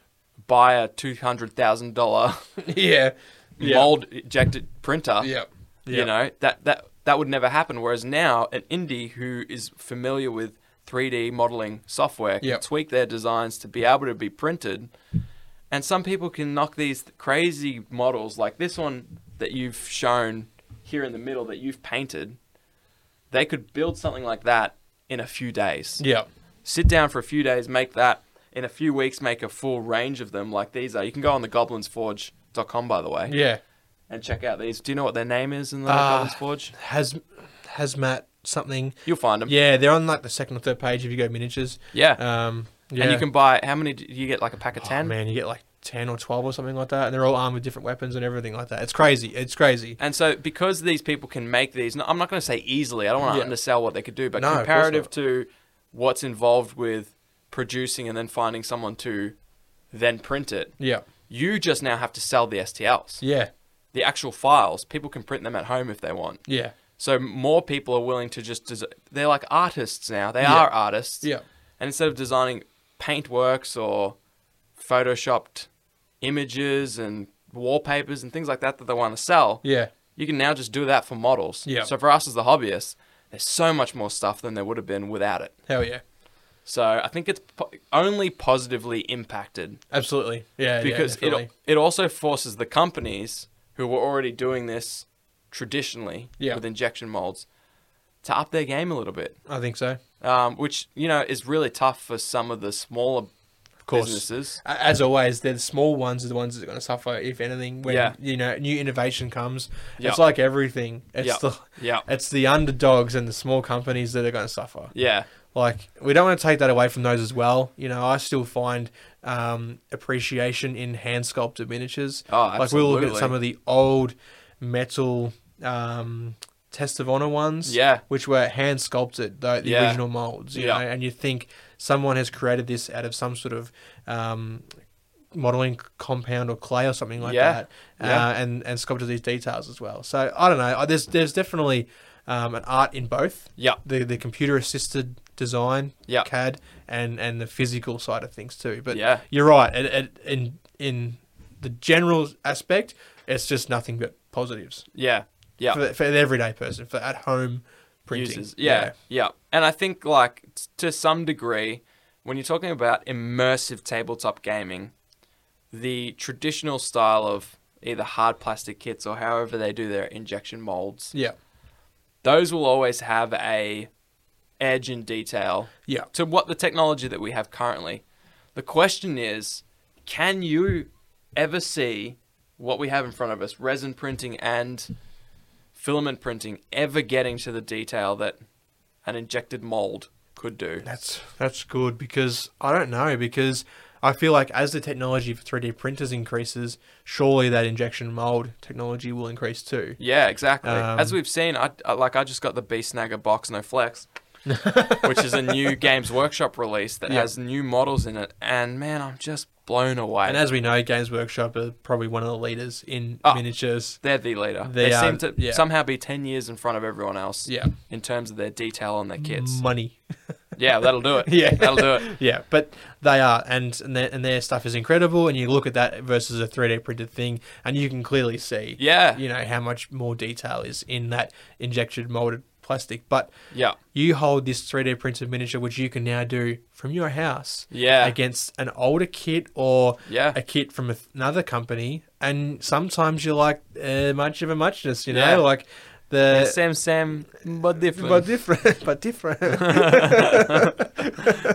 B: buy a two hundred thousand dollar
A: *laughs* yeah, yeah,
B: mold ejected printer.
A: Yeah,
B: You know that that that would never happen. Whereas now, an indie who is familiar with 3D modeling software can
A: Yeah.
B: tweak their designs to be able to be printed. And some people can knock these crazy models, like this one that you've shown here in the middle that you've painted. They could build something like that in a few days.
A: yeah,
B: Sit down for a few days, make that. in a few weeks make a full range of them like these are. You can go on the goblinsforge.com by the way
A: Yeah.
B: and check out these. Do you know what their name is in the
A: Ah.
B: Goblins Forge?
A: Has hazmat something.
B: You'll find them.
A: Yeah, they're on like the second or third page if you go miniatures.
B: Yeah.
A: Um, yeah.
B: And you can buy how many do you get like a pack of 10?
A: Oh, man, you get like ten or twelve or something like that, and they're all armed with different weapons and everything like that. It's crazy. It's crazy.
B: And so, because these people can make these, no, I'm not going to say easily. I don't want to
A: Yeah.
B: undersell what they could do, but
A: No, of course
B: comparative
A: not.
B: to what's involved with producing and then finding someone to then print it,
A: Yeah.
B: you just now have to sell the STLs,
A: Yeah.
B: the actual files. People can print them at home if they want.
A: Yeah.
B: So more people are willing to just des- they're like artists now. They
A: Yeah.
B: are artists.
A: Yeah.
B: And instead of designing paintworks or photoshopped images and wallpapers and things like that that they want to sell,
A: Yeah.
B: you can now just do that for models.
A: Yeah.
B: So for us as the hobbyists, there's so much more stuff than there would have been without it.
A: Hell yeah.
B: So I think it's po- only positively impacted
A: Absolutely. Yeah.
B: because
A: yeah, definitely.
B: it it also forces the companies who were already doing this traditionally
A: Yeah.
B: with injection molds to up their game a little bit,
A: I think so.
B: um, which you know is really tough for some of the smaller
A: Of course.
B: businesses.
A: A- As always, they're the small ones are the ones that are going to suffer, if anything, when
B: Yeah.
A: you know new innovation comes.
B: Yeah.
A: It's like everything. It's
B: Yeah.
A: the
B: Yeah,
A: it's the underdogs and the small companies that are going to suffer.
B: yeah,
A: Like we don't want to take that away from those as well. You know, I still find um, appreciation in hand sculpted miniatures.
B: Oh,
A: Like we look at
B: absolutely.
A: some of the old metal um, test of honor ones.
B: yeah.
A: Which were hand sculpted, the, the
B: Yeah.
A: original molds, you
B: Yeah.
A: know, and you think someone has created this out of some sort of um, modeling compound or clay or something like
B: Yeah.
A: that,
B: Yeah.
A: Uh, and and sculpted these details as well. So I don't know. I- There's there's definitely um, an art in both
B: Yeah,
A: the the computer assisted design,
B: Yeah.
A: CAD, and and the physical side of things too. But
B: Yeah.
A: you're right. It, it, in in the general aspect, it's just nothing but positives
B: yeah, yeah.
A: for, for the everyday person for at home printing.
B: Users. Yeah, yeah, And I think like t- to some degree, when you're talking about immersive tabletop gaming, the traditional style of either hard plastic kits or however they do their injection molds,
A: yeah,
B: those will always have a edge in detail
A: yeah,
B: to what the technology that we have currently. The question is, can you ever see what we have in front of us, resin printing and filament printing, ever getting to the detail that an injected mold could do?
A: That's that's good because I don't know because. I feel like as the technology for 3D printers increases, surely that injection mold technology will increase too.
B: Yeah, exactly.
A: Um,
B: As we've seen, I, I like I just got the Beast Snagger box, no flex,
A: *laughs*
B: which is a new Games Workshop release that
A: Yeah.
B: has new models in it, and man, I'm just blown away.
A: And as we know, Games Workshop are probably one of the leaders in
B: Oh.
A: miniatures.
B: They're the leader. They,
A: They are-
B: seem to
A: yeah.
B: somehow be 10 years in front of everyone else
A: Yeah.
B: in terms of their detail on their kits.
A: Money.
B: yeah, that'll do
A: *laughs*
B: it.
A: Yeah.
B: That'll do it.
A: Yeah, but they are, and and their, and their stuff is incredible. And you look at that versus a 3D printed thing, and you can clearly see, *laughs*
B: Yeah.
A: you know, how much more detail is in that injection molded plastic. But
B: Yeah.
A: you hold this 3D printed miniature, which you can now do from your house,
B: Yeah.
A: against an older kit or
B: Yeah.
A: a kit from a th- another company, and sometimes you're like, uh, much of a muchness, you know,
B: Yeah.
A: like the
B: Sam Sam, but
A: *laughs*
B: different.
A: but
B: *laughs*
A: different, but different. *laughs*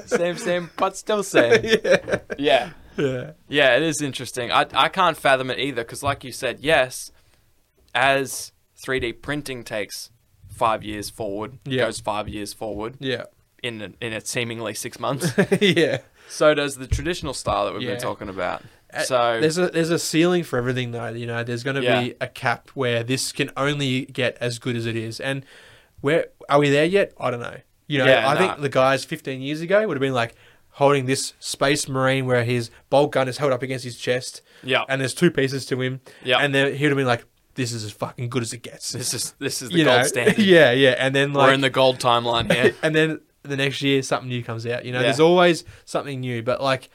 B: Sam Sam, but still Sam. yeah. yeah.
A: *laughs* yeah.
B: Yeah, it is interesting. I, I can't fathom it either because, like you said, yes, as 3D printing takes five years forward,
A: Yeah.
B: goes five years forward
A: *laughs* Yeah.
B: in, a, in a seemingly
A: *laughs*
B: six months,
A: yeah.
B: so does the traditional style that we've
A: Yeah.
B: been talking about.
A: Uh,
B: So,
A: there's a there's a ceiling for everything though. You know, there's going to
B: Yeah.
A: be a cap where this can only get as good as it is. And where are we there yet? I don't know. You know,
B: Yeah,
A: I
B: nah.
A: think the guys 15 years ago would have been like holding this space marine where his bolt gun is held up against his chest.
B: Yeah.
A: And there's two pieces to him.
B: Yeah.
A: And then he would have been like, "This is as fucking good as it gets."
B: This is this is the
A: You
B: gold
A: know? *laughs*
B: standard.
A: yeah, yeah. And then like
B: We're in the gold timeline here.
A: *laughs* and then the next year something new comes out. You know,
B: Yeah.
A: there's always something new, but like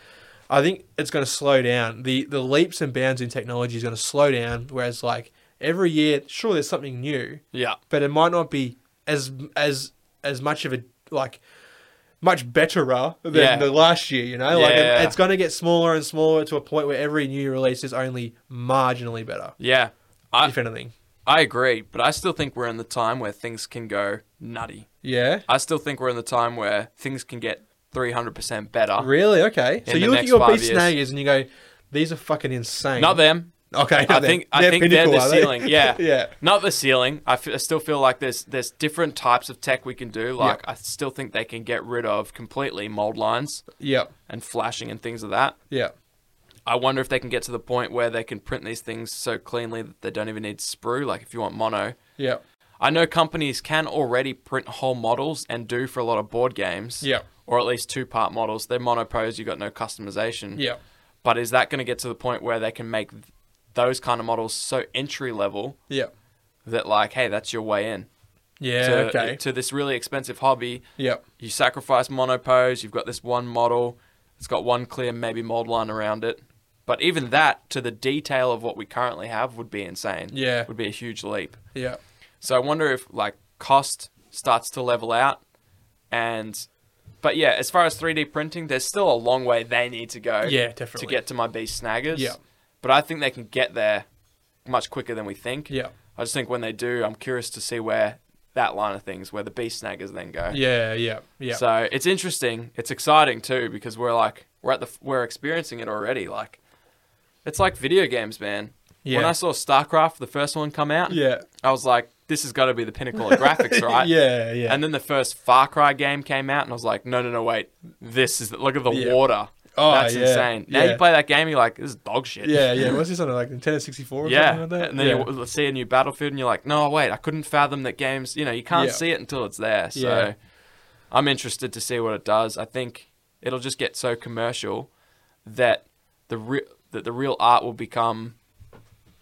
A: I think it's going to slow down. The the leaps and bounds in technology is going to slow down whereas like every year sure there's something new,
B: yeah.
A: but it might not be as as as much of a like much betterer than
B: Yeah.
A: the last year, you know? Like it-
B: Yeah.
A: it's going to get smaller and smaller to a point where every new release is only marginally better,
B: Yeah. I
A: if anything.
B: I agree, but I still think we're in the time where things can go nutty.
A: Yeah.
B: I still think we're in the time where things can get 300% better.
A: Really? Okay. So
B: In the
A: you look at
B: next
A: your
B: five
A: beast
B: years.
A: snaggers and you go, these are fucking insane.
B: Not them.
A: Okay.
B: I
A: not them.
B: think I think
A: pinnacle,
B: they're the
A: are they?
B: ceiling. Yeah,
A: *laughs* yeah.
B: Not the ceiling. I fe- I still feel like there's there's different types of tech we can do. Like I still think they can get rid of completely mold lines
A: Yep.
B: and flashing and things of that.
A: Yep.
B: I wonder if they can get to the point where they can print these things so cleanly that they don't even need sprue. Like if you want mono,
A: Yep.
B: I know companies can already print whole models and do for a lot of board games.
A: Yep.
B: Or at least two part models. They're monopose, you got no customization.
A: Yep.
B: But is that going to get to the point where they can make th- those kind of models so entry level
A: Yep.
B: that, like, hey, that's your way in
A: Yeah.
B: to,
A: okay.
B: to this really expensive hobby?
A: yep.
B: You sacrifice monopose, you've got this one model, it's got one clear, maybe mold line around it. But even that, to the detail of what we currently have, would be insane.
A: Yeah.
B: Would be a huge leap.
A: Yep.
B: So I wonder if like cost starts to level out and but yeah, as far as 3D printing, there's still a long way they need to go
A: Yeah,
B: to
A: definitely.
B: get to my beast snaggers.
A: Yeah.
B: But I think they can get there much quicker than we think.
A: Yep.
B: I just think when they do, I'm curious to see where that line of things, where the beast snaggers then go.
A: Yeah. Yep. Yep.
B: So it's interesting. It's exciting too because we're like we're at the we're experiencing it already. Like it's like video games, man. When
A: Yeah.
B: I saw StarCraft, the first one come
A: *laughs*
B: out,
A: yeah.
B: I was like, this has got to be the pinnacle of graphics, right?
A: *laughs* Yeah. Yeah.
B: And then the first Far Cry game came out, and I was like, no, no, no, wait, this is look at the
A: Yeah.
B: water.
A: Oh,
B: That's
A: yeah,
B: insane. Now
A: yeah.
B: you play that game, you're like, this is dog shit.
A: yeah. Yeah. What's this on like Nintendo 64 or
B: *laughs* Yeah,
A: something like that?
B: and then
A: yeah.
B: you w- see a new battlefield, and you're like, "No, wait, I couldn't fathom that games. You know, you can't
A: Yeah.
B: see it until it's there." So,
A: Yeah.
B: I'm interested to see what it does. I think it'll just get so commercial that the re- that the real art will become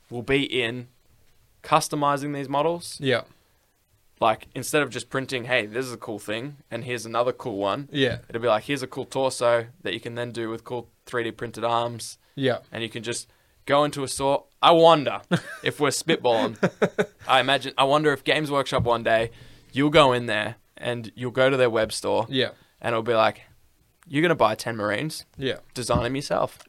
B: will be in customizing these models.
A: yeah.
B: Like instead of just printing, "Hey, this is a cool thing," and here's another cool one.
A: Yeah.
B: It'll be like, "Here's a cool torso that you can then do with cool 3D printed arms."
A: Yeah.
B: and you can just go into a store.
A: *laughs*
B: I wonder if we're spitballing. I imagine. I wonder if Games Workshop one day you'll go in there and you'll go to their web store
A: Yeah.
B: and it'll be like, you're gonna buy ten Marines,
A: Yeah.
B: design them yourself.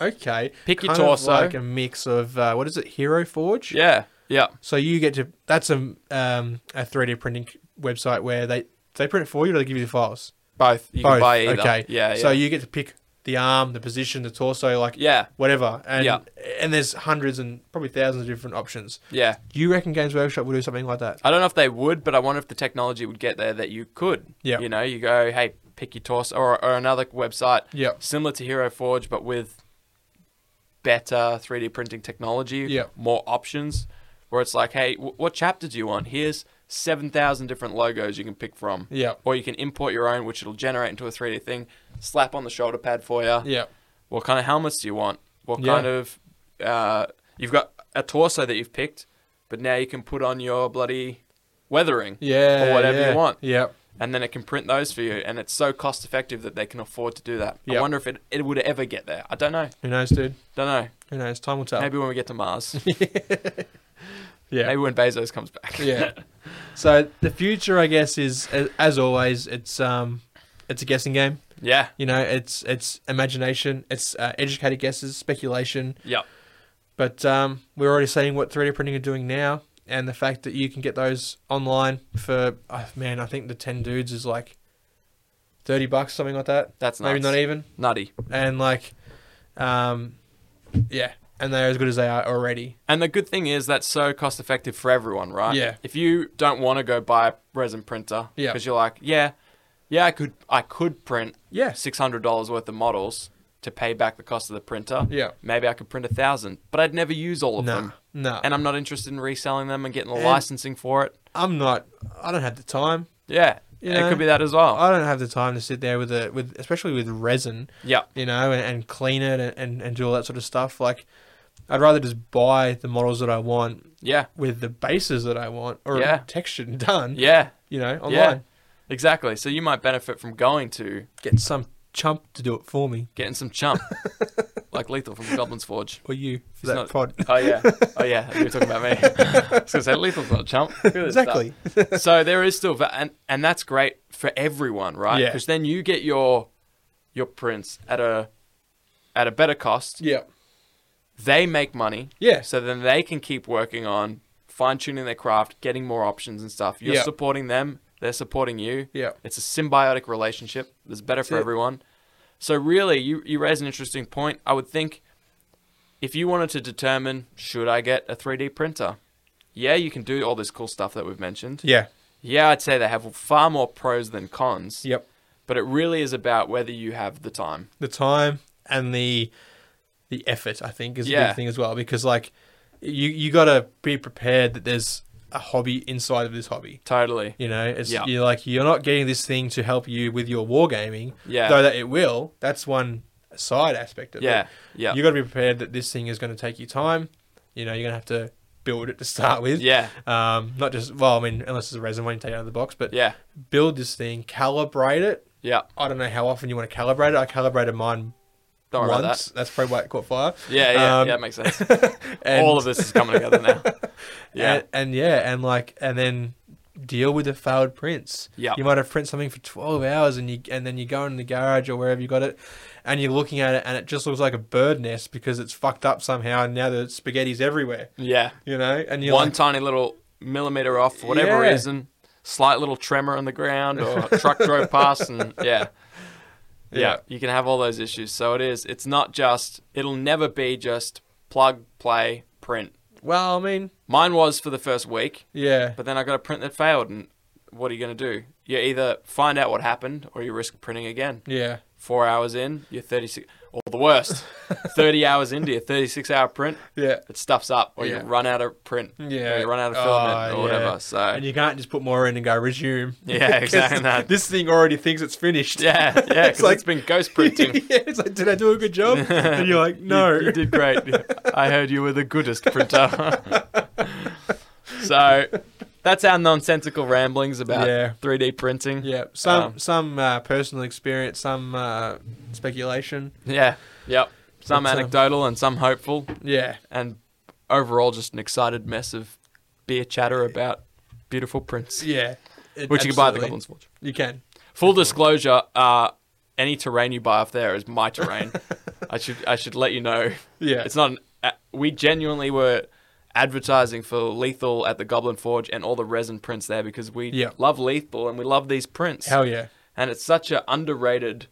A: Okay.
B: Pick your
A: Kind of
B: torso.
A: like a mix of uh, what is it? Hero Forge.
B: Yeah, yeah,
A: So you get to that's a um, a 3D printing website where they they print it for you or they give you the files.
B: both. You can
A: Both.
B: buy either.
A: Okay.
B: Yeah, yeah.
A: So you get to pick the arm, the position, the torso, like
B: yeah,
A: whatever. And
B: Yeah.
A: and there's hundreds and probably thousands of different options.
B: yeah.
A: Do you reckon Games Workshop will do something like that?
B: I don't know if they would, but I wonder if the technology would get there that you could.
A: Yeah.
B: You know, you go, hey, pick your torso or, or another website
A: Yeah.
B: similar to Hero Forge, but with better 3D printing technology,
A: Yeah.
B: more options, where it's like, hey, w- what chapter do you want? Here's 7,000 different logos you can pick from.
A: Yeah.
B: Or you can import your own, which it'll generate into a 3D thing, slap on the shoulder pad for you.
A: Yeah.
B: What kind of helmets do you want? What
A: Yeah.
B: kind of. Uh, you've got a torso that you've picked, but now you can put on your bloody weathering
A: Yeah.
B: or whatever
A: yeah.
B: you want
A: Yeah.
B: and then it can print those for you and it's so cost effective that they can afford to do that i
A: Yeah.
B: wonder if it, it would ever get there i don't know
A: Who knows, dude?
B: don't know
A: Who knows? Time will tell.
B: maybe when we get
A: *laughs*
B: to mars
A: yeah.
B: maybe when bezos comes
A: *laughs*
B: back
A: yeah. So the future, I guess, is a- as always, it's um, it's a guessing game.
B: *laughs* yeah
A: You know, it's it's imagination, it's uh, educated guesses, speculation.
B: Yep.
A: But um, we're already seeing what 3D printing are doing now, and the fact that you can get those online for oh, man, I think the ten dudes is like thirty bucks, something like that.
B: that's
A: Maybe
B: nuts.
A: not even,
B: nutty
A: and like, um, yeah, and they're as good as they are already.
B: and the good thing is that's so cost effective for everyone right
A: Yeah.
B: if you don't want to go buy a resin printer
A: Yeah.
B: because you're like yeah yeah i could i could print *laughs*
A: Yes.
B: $600 worth of models to pay back the cost of the printer
A: Yeah.
B: maybe i could print a thousand but i'd never use all of
A: Nah.
B: them
A: Nah.
B: and i'm not interested in reselling them and getting the
A: And-
B: licensing for it
A: I'm not. I don't have the time.
B: Yeah,
A: You
B: it
A: know?
B: could be that as well.
A: I don't have the time to sit there with a with especially with resin,
B: yeah,
A: you know, and, and clean it and, and, and do all that sort of stuff. Like I'd rather just buy the models that I want
B: yeah,
A: with the bases that I want or
B: Yeah.
A: textured and done.
B: yeah,
A: You know, online.
B: Yeah. exactly. So you might benefit from going to
A: Get some chump to do it for me.
B: getting some chump,
A: *laughs*
B: like Lethal from Goblin's Forge.
A: Or you for
B: He's
A: that
B: not-
A: pod. *laughs*
B: Oh yeah, oh yeah, you're talking about me. I was gonna say Lethal's not a chump. Look at this stuff.
A: Exactly. *laughs*
B: so there is still, va- and and that's great for everyone, right?
A: Yeah.
B: Because then you get your your prints at a at a better cost.
A: yeah.
B: They make money.
A: Yeah.
B: So then they can keep working on fine tuning their craft, getting more options and stuff. You're
A: Yeah.
B: supporting them They're supporting you.
A: Yeah.
B: It's a symbiotic relationship. It's better for
A: it.
B: everyone. So really, you you raise an interesting point. I would think if you wanted to determine should I get a 3D printer, yeah, you can do all this cool stuff that we've mentioned.
A: Yeah.
B: Yeah, I'd say they have far more pros than cons.
A: Yep.
B: But it really is about whether you have the time.
A: the time and the the effort I think is a
B: Yeah.
A: big thing as well because like you you got to be prepared that there's a hobby inside of this hobby.
B: Totally.
A: You know, it's
B: Yeah.
A: you're like you're not getting this thing to help you with your wargaming,
B: Yeah.
A: though that it will. That's one side aspect of
B: Yeah.
A: it.
B: Yeah.
A: You got to be prepared that this thing is going to take you time. You know, you're going to have to build it to start with.
B: Yeah.
A: Um, not just well, I mean, unless it's a resin one you take it out of the box, but
B: Yeah.
A: build this thing, calibrate it.
B: Yeah.
A: I don't know how often you want to calibrate it. I calibrated mine
B: Don't worry
A: once.
B: about that.
A: That's probably why it caught fire.
B: Yeah. Yeah.
A: Um,
B: yeah. It makes sense.
A: *laughs* And,
B: all of this is coming together
A: *laughs*
B: now. Yeah.
A: and, and yeah, and like, and then deal with the failed prints.
B: Yeah.
A: you might have print something for twelve hours, and you and then you go in the garage or wherever you got it, and you're looking at it, and it just looks like a bird nest because it's fucked up somehow, and now the spaghetti's everywhere.
B: yeah.
A: You know, and you're
B: One
A: like,
B: tiny little millimeter off for whatever
A: Yeah.
B: reason, slight little tremor on the ground or a truck drove past and yeah. yeah.
A: *laughs* Yeah.
B: You can have all those issues. So it is it's not just it'll never be just plug, play, print.
A: well, I mean,
B: Mine was for the first week,
A: yeah,
B: but then I got a print that failed and what are you gonna do? You either find out what happened or you risk printing again.
A: yeah,
B: Four hours in, you're thirty six or
A: *laughs*
B: the worst. thirty hours into your thirty six hour print,
A: yeah.
B: it stuffs up, or
A: Yeah.
B: you run out of print,
A: Yeah.
B: or you run out of
A: Oh,
B: filament, or
A: yeah.
B: whatever. So
A: And you can't just put more in and go resume.
B: *laughs* Yeah,
A: *laughs* 'Cause
B: exactly that.
A: This thing already thinks it's finished.
B: *laughs* yeah, yeah,
A: It's
B: because
A: like-
B: it's been ghost printing.
A: *laughs* yeah, it's like, did I do a good
B: *laughs*
A: job? *laughs* And you're like, no.
B: you, you
A: *laughs*
B: did great. I heard you were the goodest printer. *laughs* so that's our nonsensical ramblings about
A: Yeah.
B: 3D printing.
A: Yeah, some
B: Um,
A: some uh, personal experience, some uh, speculation.
B: yeah, yep. Some
A: But, um,
B: anecdotal and some hopeful,
A: Yeah,
B: and overall just an excited mess of beer chatter about beautiful prints,
A: yeah. It-
B: which you can buy at the
A: absolutely.
B: Goblin's Watch.
A: You can.
B: Full disclosure, uh, any terrain you buy off there is my
A: *laughs*
B: terrain. I should I should let you know.
A: Yeah.
B: It's not an, uh, we genuinely were advertising for Lethal at the Goblin Forge and all the resin prints there because we
A: Yeah.
B: love Lethal and we love these prints.
A: Hell yeah.
B: and it's such an underrated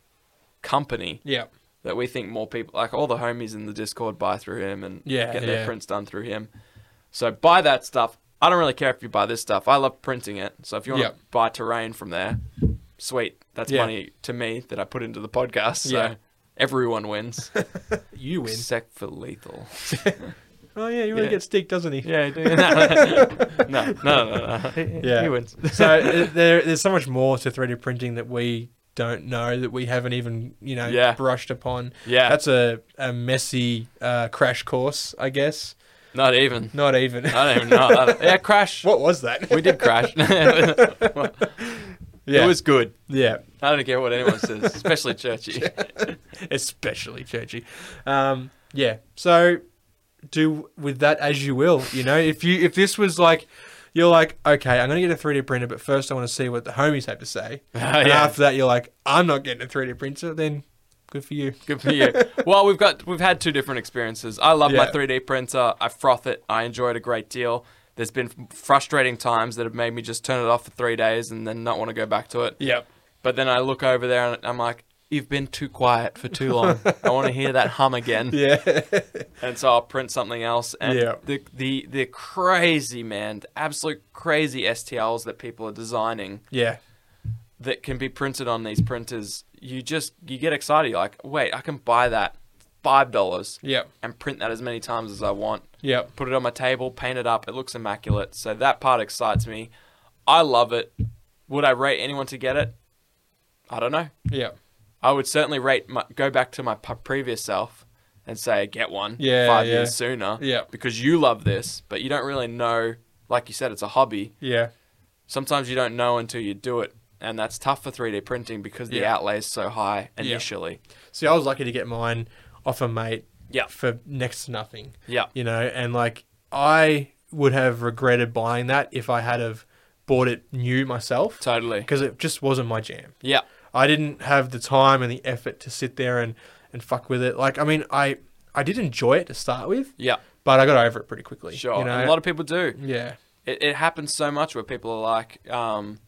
B: company
A: Yeah.
B: that we think more people like all the homies in the Discord buy through him and
A: Yeah,
B: get their
A: yeah.
B: prints done through him. So buy that stuff. I don't really care if you buy this stuff. I love printing it. So if you want
A: Yep.
B: to buy terrain from there, sweet. That's
A: Yeah.
B: money to me that I put into the podcast. So
A: Yeah. *laughs*
B: everyone wins
A: You win.
B: except for Lethal.
A: Oh yeah, you really
B: Yeah.
A: gets stick, doesn't he?
B: Yeah, *laughs* no, no, no, no.
A: Yeah.
B: He wins. *laughs*
A: so uh, there, there's so much more to 3D printing that we don't know that we haven't even you know
B: Yeah.
A: brushed upon.
B: Yeah,
A: That's a, a messy uh, crash course, I guess.
B: not even.
A: Not even.
B: I
A: *laughs*
B: don't even know. I don't- yeah, crash.
A: what was that?
B: We did crash.
A: *laughs* yeah.
B: It was good.
A: yeah.
B: I don't care what anyone
A: *laughs*
B: says, especially Churchy.
A: especially churchy. Um, yeah. So do with that as you will. You know, if you if this was like you're like, okay, I'm gonna get a 3D printer, but first I want to see what the homies have to
B: *laughs*
A: say. and
B: Oh, yeah.
A: after that, you're like, I'm not getting a 3D printer. Then good for you.
B: Good for you. Well, we've got we've had two different experiences. I love my
A: Yeah.
B: 3D printer. I froth it. I enjoy it a great deal. There's been frustrating times that have made me just turn it off for three days and then not want to go back to it.
A: Yep.
B: But then I look over there and I'm like, "You've been too quiet for too long. I want to hear that hum again."
A: Yeah. *laughs*
B: and so I'll print something else. And
A: Yeah.
B: the the the crazy man, the absolute crazy STLs that people are designing
A: yeah.
B: that can be printed on these printers. You just you get excited. You're like, wait, I can buy that five dollars
A: Yep.
B: and print that as many times as I want.
A: Yep.
B: Put it on my table, paint it up. It looks immaculate. So that part excites me. I love it. Would I rate anyone to get it? I don't know.
A: Yep.
B: I would certainly rate my, go back to my p- previous self and say get one
A: Yeah,
B: five
A: yeah.
B: years sooner
A: Yeah.
B: because you love this, but you don't really know. Like you said, it's a hobby.
A: Yeah.
B: Sometimes you don't know until you do it, and that's tough for 3D printing because the
A: Yeah.
B: outlay is so high
A: Yeah.
B: initially.
A: See, I was lucky to get mine off a mate.
B: Yeah.
A: For next to nothing.
B: Yeah,
A: you know and like i would have regretted buying that if i had have bought it new myself
B: totally.
A: because it just wasn't my jam
B: Yeah,
A: i didn't have the time and the effort to sit there and and fuck with it like i mean i i did enjoy it to start with
B: yeah,
A: but i got over it pretty quickly
B: sure.
A: you know
B: And a lot of people do.
A: yeah
B: It, it happens so much where people are like, um,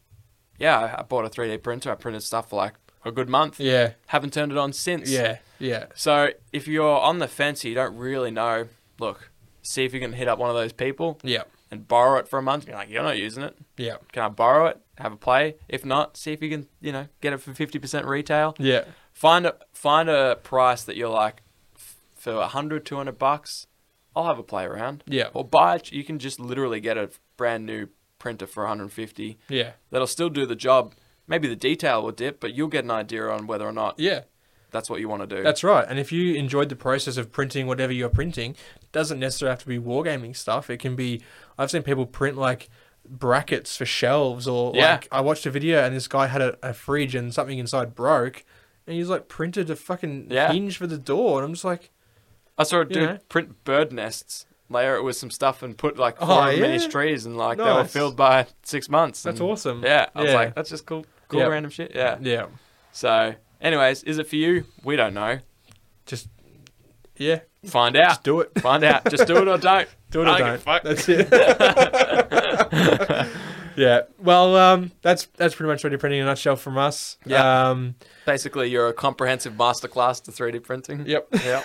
B: yeah, I, I bought a 3D printer. I printed stuff for like a good month.
A: Yeah.
B: Haven't turned it on since.
A: Yeah. Yeah.
B: So if you're on the fence, you don't really know. Look, see if you can hit up one of those people
A: Yeah.
B: and borrow it for a month. You're like, you're not using it.
A: Yeah.
B: Can I borrow it? Have a play. If not, see if you can, you know, get it for fifty percent retail.
A: Yeah.
B: Find a find a price that you're like f- for 100, 200 bucks. I'll have a play around.
A: Yeah.
B: Or buy it. You can just literally get a brand new printer for 150
A: Yeah.
B: that'll still do the job. Maybe the detail will dip, but you'll get an idea on whether or not
A: Yeah.
B: that's what you want to do.
A: That's right. And if you enjoyed the process of printing whatever you're printing, it doesn't necessarily have to be wargaming stuff. It can be I've seen people print like brackets for shelves or
B: Yeah.
A: like I watched a video and this guy had a, a fridge and something inside broke and he's like printed a fucking
B: Yeah.
A: hinge for the door and I'm just like
B: I saw a dude
A: know?
B: print bird nests, layer it with some stuff, and put like
A: Oh,
B: four of them in his
A: yeah?
B: trees, and like they were
A: Nice.
B: filled by six months.
A: That's
B: and-
A: awesome.
B: Mm. Yeah, I was
A: Yeah.
B: like, that's just cool, cool
A: Yeah.
B: random shit. Yeah.
A: Yeah.
B: So, anyways, is it for you? We don't know.
A: Just yeah.
B: Find out.
A: Just do it. *laughs*
B: Find out. Just do it or don't.
A: Do it or
B: Ah. I
A: don't.
B: give a fuck.
A: That's it. *laughs*
B: *laughs*
A: yeah. Well, um, that's that's pretty much 3D printing in a nutshell from us.
B: Yeah.
A: Um,
B: Basically, you're a comprehensive masterclass to 3D printing.
A: yep.
B: Yeah.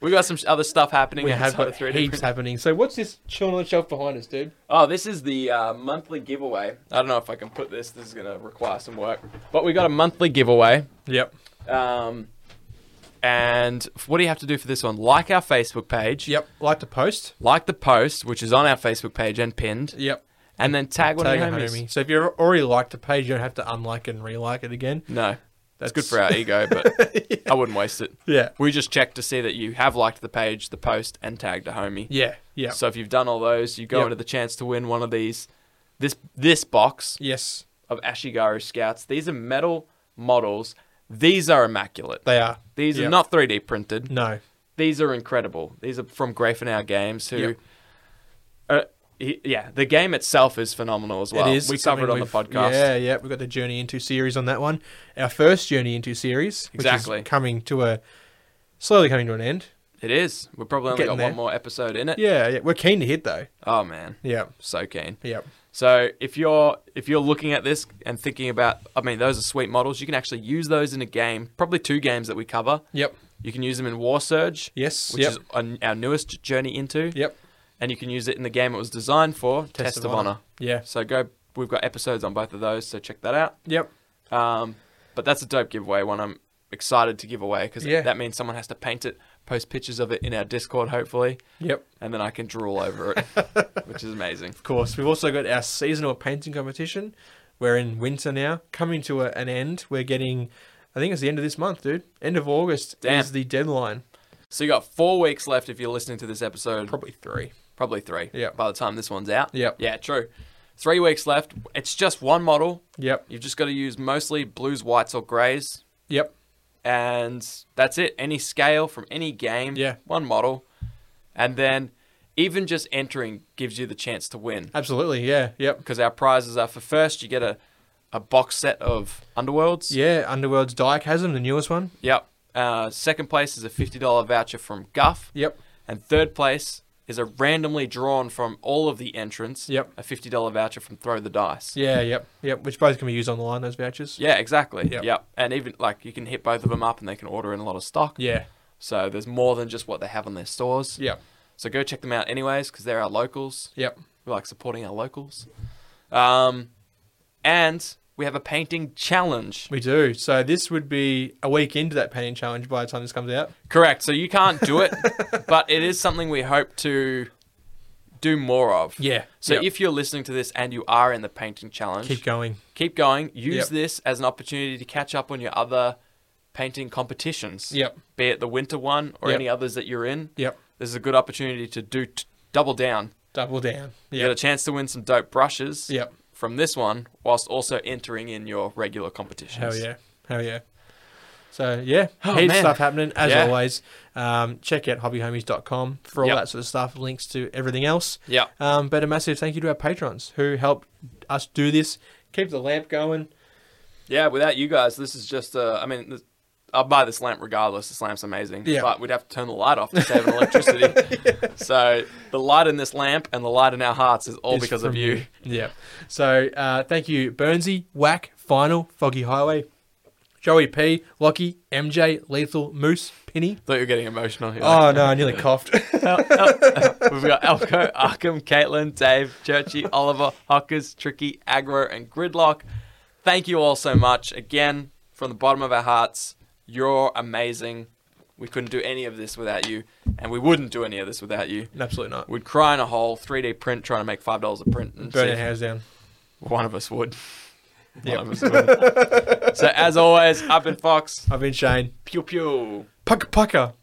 B: we got some sh- other stuff happening.
A: We have
B: outside
A: got
B: of 3D
A: heaps
B: printing.
A: happening. So what's this chilling on the shelf behind us, dude?
B: Oh, this is the uh, monthly giveaway. I don't know if I can put this. This is going to require some work. But we got a monthly giveaway.
A: Yep.
B: Um, and f- what do you have to do for this one? Like our Facebook page.
A: Yep. Like to post.
B: Like the post, which is on our Facebook page and pinned,
A: Yep.
B: and then tag one
A: Tag
B: of
A: a
B: your homies.
A: homie. So if you've already liked the page, you don't have to unlike and relike it again.
B: No, that's good
A: That's-
B: for our ego,
A: *laughs*
B: *laughs* but I wouldn't waste it.
A: Yeah.
B: We just check to see that you have liked the page, the post, and tagged a homie.
A: Yeah. Yeah.
B: So if you've done all those, you go
A: Yep.
B: into the chance to win one of these, this this box
A: yes,
B: of Ashigaru Scouts. These are metal models. These are immaculate.
A: they are.
B: These are
A: Yep.
B: not 3D printed.
A: No.
B: these are incredible. These are from Grafenau Games, who,
A: Yep.
B: uh, he- yeah, the game itself is phenomenal as well.
A: it is.
B: We
A: It's
B: covered it on
A: something
B: the
A: we've-
B: podcast.
A: Yeah, yeah. We've got the Journey Into series on that one. Our first Journey Into series. Which
B: Exactly.
A: Is coming to a, slowly coming to an end.
B: It is. We've probably only
A: Getting
B: got
A: there.
B: one more episode in it.
A: Yeah, yeah. We're keen to hit though.
B: Oh man,
A: Yeah.
B: so keen.
A: Yeah.
B: So if you're if you're looking at this and thinking about, I mean, those are sweet models. You can actually use those in a game. Probably two games that we cover.
A: Yep.
B: You can use them in War Surge,
A: Yes.
B: which
A: yep.
B: is on our newest journey into,
A: yep.
B: and you can use it in the game it was designed for, Test, of, Honor.
A: Yeah.
B: So go. We've got episodes on both of those, so check that out.
A: Yep.
B: Um, but that's a dope giveaway one I'm excited to give away because
A: Yeah.
B: that means someone has to paint it, post pictures of it in our Discord, hopefully,
A: Yep.
B: and then I can drool over it, which is amazing.
A: Of course. We've also got our seasonal painting competition. We're in winter now, coming to a, an end. We're getting, I think it's the end of this month, dude. End of August
B: Damn.
A: is the deadline.
B: So you got four weeks left if you're listening to this episode,
A: Probably three.
B: probably three.
A: Yeah.
B: By the time this one's out.
A: Yep.
B: Yeah, true. Three weeks left. It's just one model.
A: Yep.
B: You've just got to use mostly blues, whites, or greys,
A: Yep.
B: and that's it. Any scale from any game.
A: Yeah.
B: One model, and then even just entering gives you the chance to win.
A: Absolutely. Yeah. Yep.
B: because our prizes are for first you get a, a box set of Underworlds.
A: Yeah. Underworld's Diachasm, the newest one.
B: Yep. Uh, second place is a fifty dollar voucher from Guff,
A: Yep.
B: and third place is a randomly drawn from all of the entrants.
A: Yep.
B: A fifty dollar voucher from Throw the Dice.
A: Yeah. Yep. Yep. Which both can be used online, those vouchers.
B: Yeah, exactly.
A: Yep.
B: yep. And even like you can hit both of them up, and they can order in a lot of stock.
A: Yeah.
B: So there's more than just what they have on their stores.
A: Yep.
B: So go check them out anyways, because they're our locals.
A: Yep.
B: We like supporting our locals. Um, and we have a painting challenge.
A: We do. So this would be a week into that painting challenge by the time this comes out.
B: Correct. So you can't
A: *laughs*
B: do it, but it is something we hope to do more of.
A: Yeah.
B: So
A: Yep.
B: if you're listening to this and you are in the painting challenge,
A: keep going.
B: keep going. Use
A: Yep.
B: this as an opportunity to catch up on your other painting competitions.
A: Yep.
B: Be it the winter one or
A: Yep.
B: any others that you're in.
A: Yep.
B: This is a good opportunity to do t- double down.
A: Double down.
B: You get a
A: Yep.
B: chance to win some dope brushes
A: Yep.
B: from this one, whilst also entering in your regular
A: Hell
B: competitions.
A: yeah. Hell yeah. So yeah,
B: Oh,
A: heaps
B: man.
A: of stuff happening as
B: Yeah.
A: always. Um, check out hobbyhomies.com for all
B: Yep.
A: that sort of stuff, links to everything else.
B: Yeah.
A: Um, but a massive thank you to our patrons who helped us do this, keep the lamp going.
B: Yeah, without you guys, this is just. Uh, I mean, th- I'll buy this lamp regardless. This lamp's amazing.
A: Yeah.
B: But we'd have to turn the light off to save
A: *laughs*
B: on electricity. So the light in this lamp and the light in our hearts is all
A: It's
B: because of
A: from
B: you.
A: Yeah. So uh, thank you, Burnsy, Whack, Final, Foggy Highway, Joey P, Lockie, MJ, Lethal, Moose,
B: *laughs*
A: Penny.
B: Thought you were getting emotional here.
A: Oh no, I *laughs* nearly coughed.
B: Help, help, help. We've got Elko, Arkham, Caitlin, Dave, Churchy, Oliver, Hockers, Tricky, Agro, and Gridlock. Thank you all so much. Again, from the bottom of our hearts, you're amazing. We couldn't do any of this without you, and we wouldn't do any of this without you.
A: Absolutely not.
B: We'd cry in a hole, 3D print, trying to make $5 a print, and see
A: Burn your
B: if
A: hands down.
B: one of us would. One
A: Yep.
B: of us would. so, as always, up in Fox,
A: I've been Shane.
B: pew pew.
A: Pucker pucker.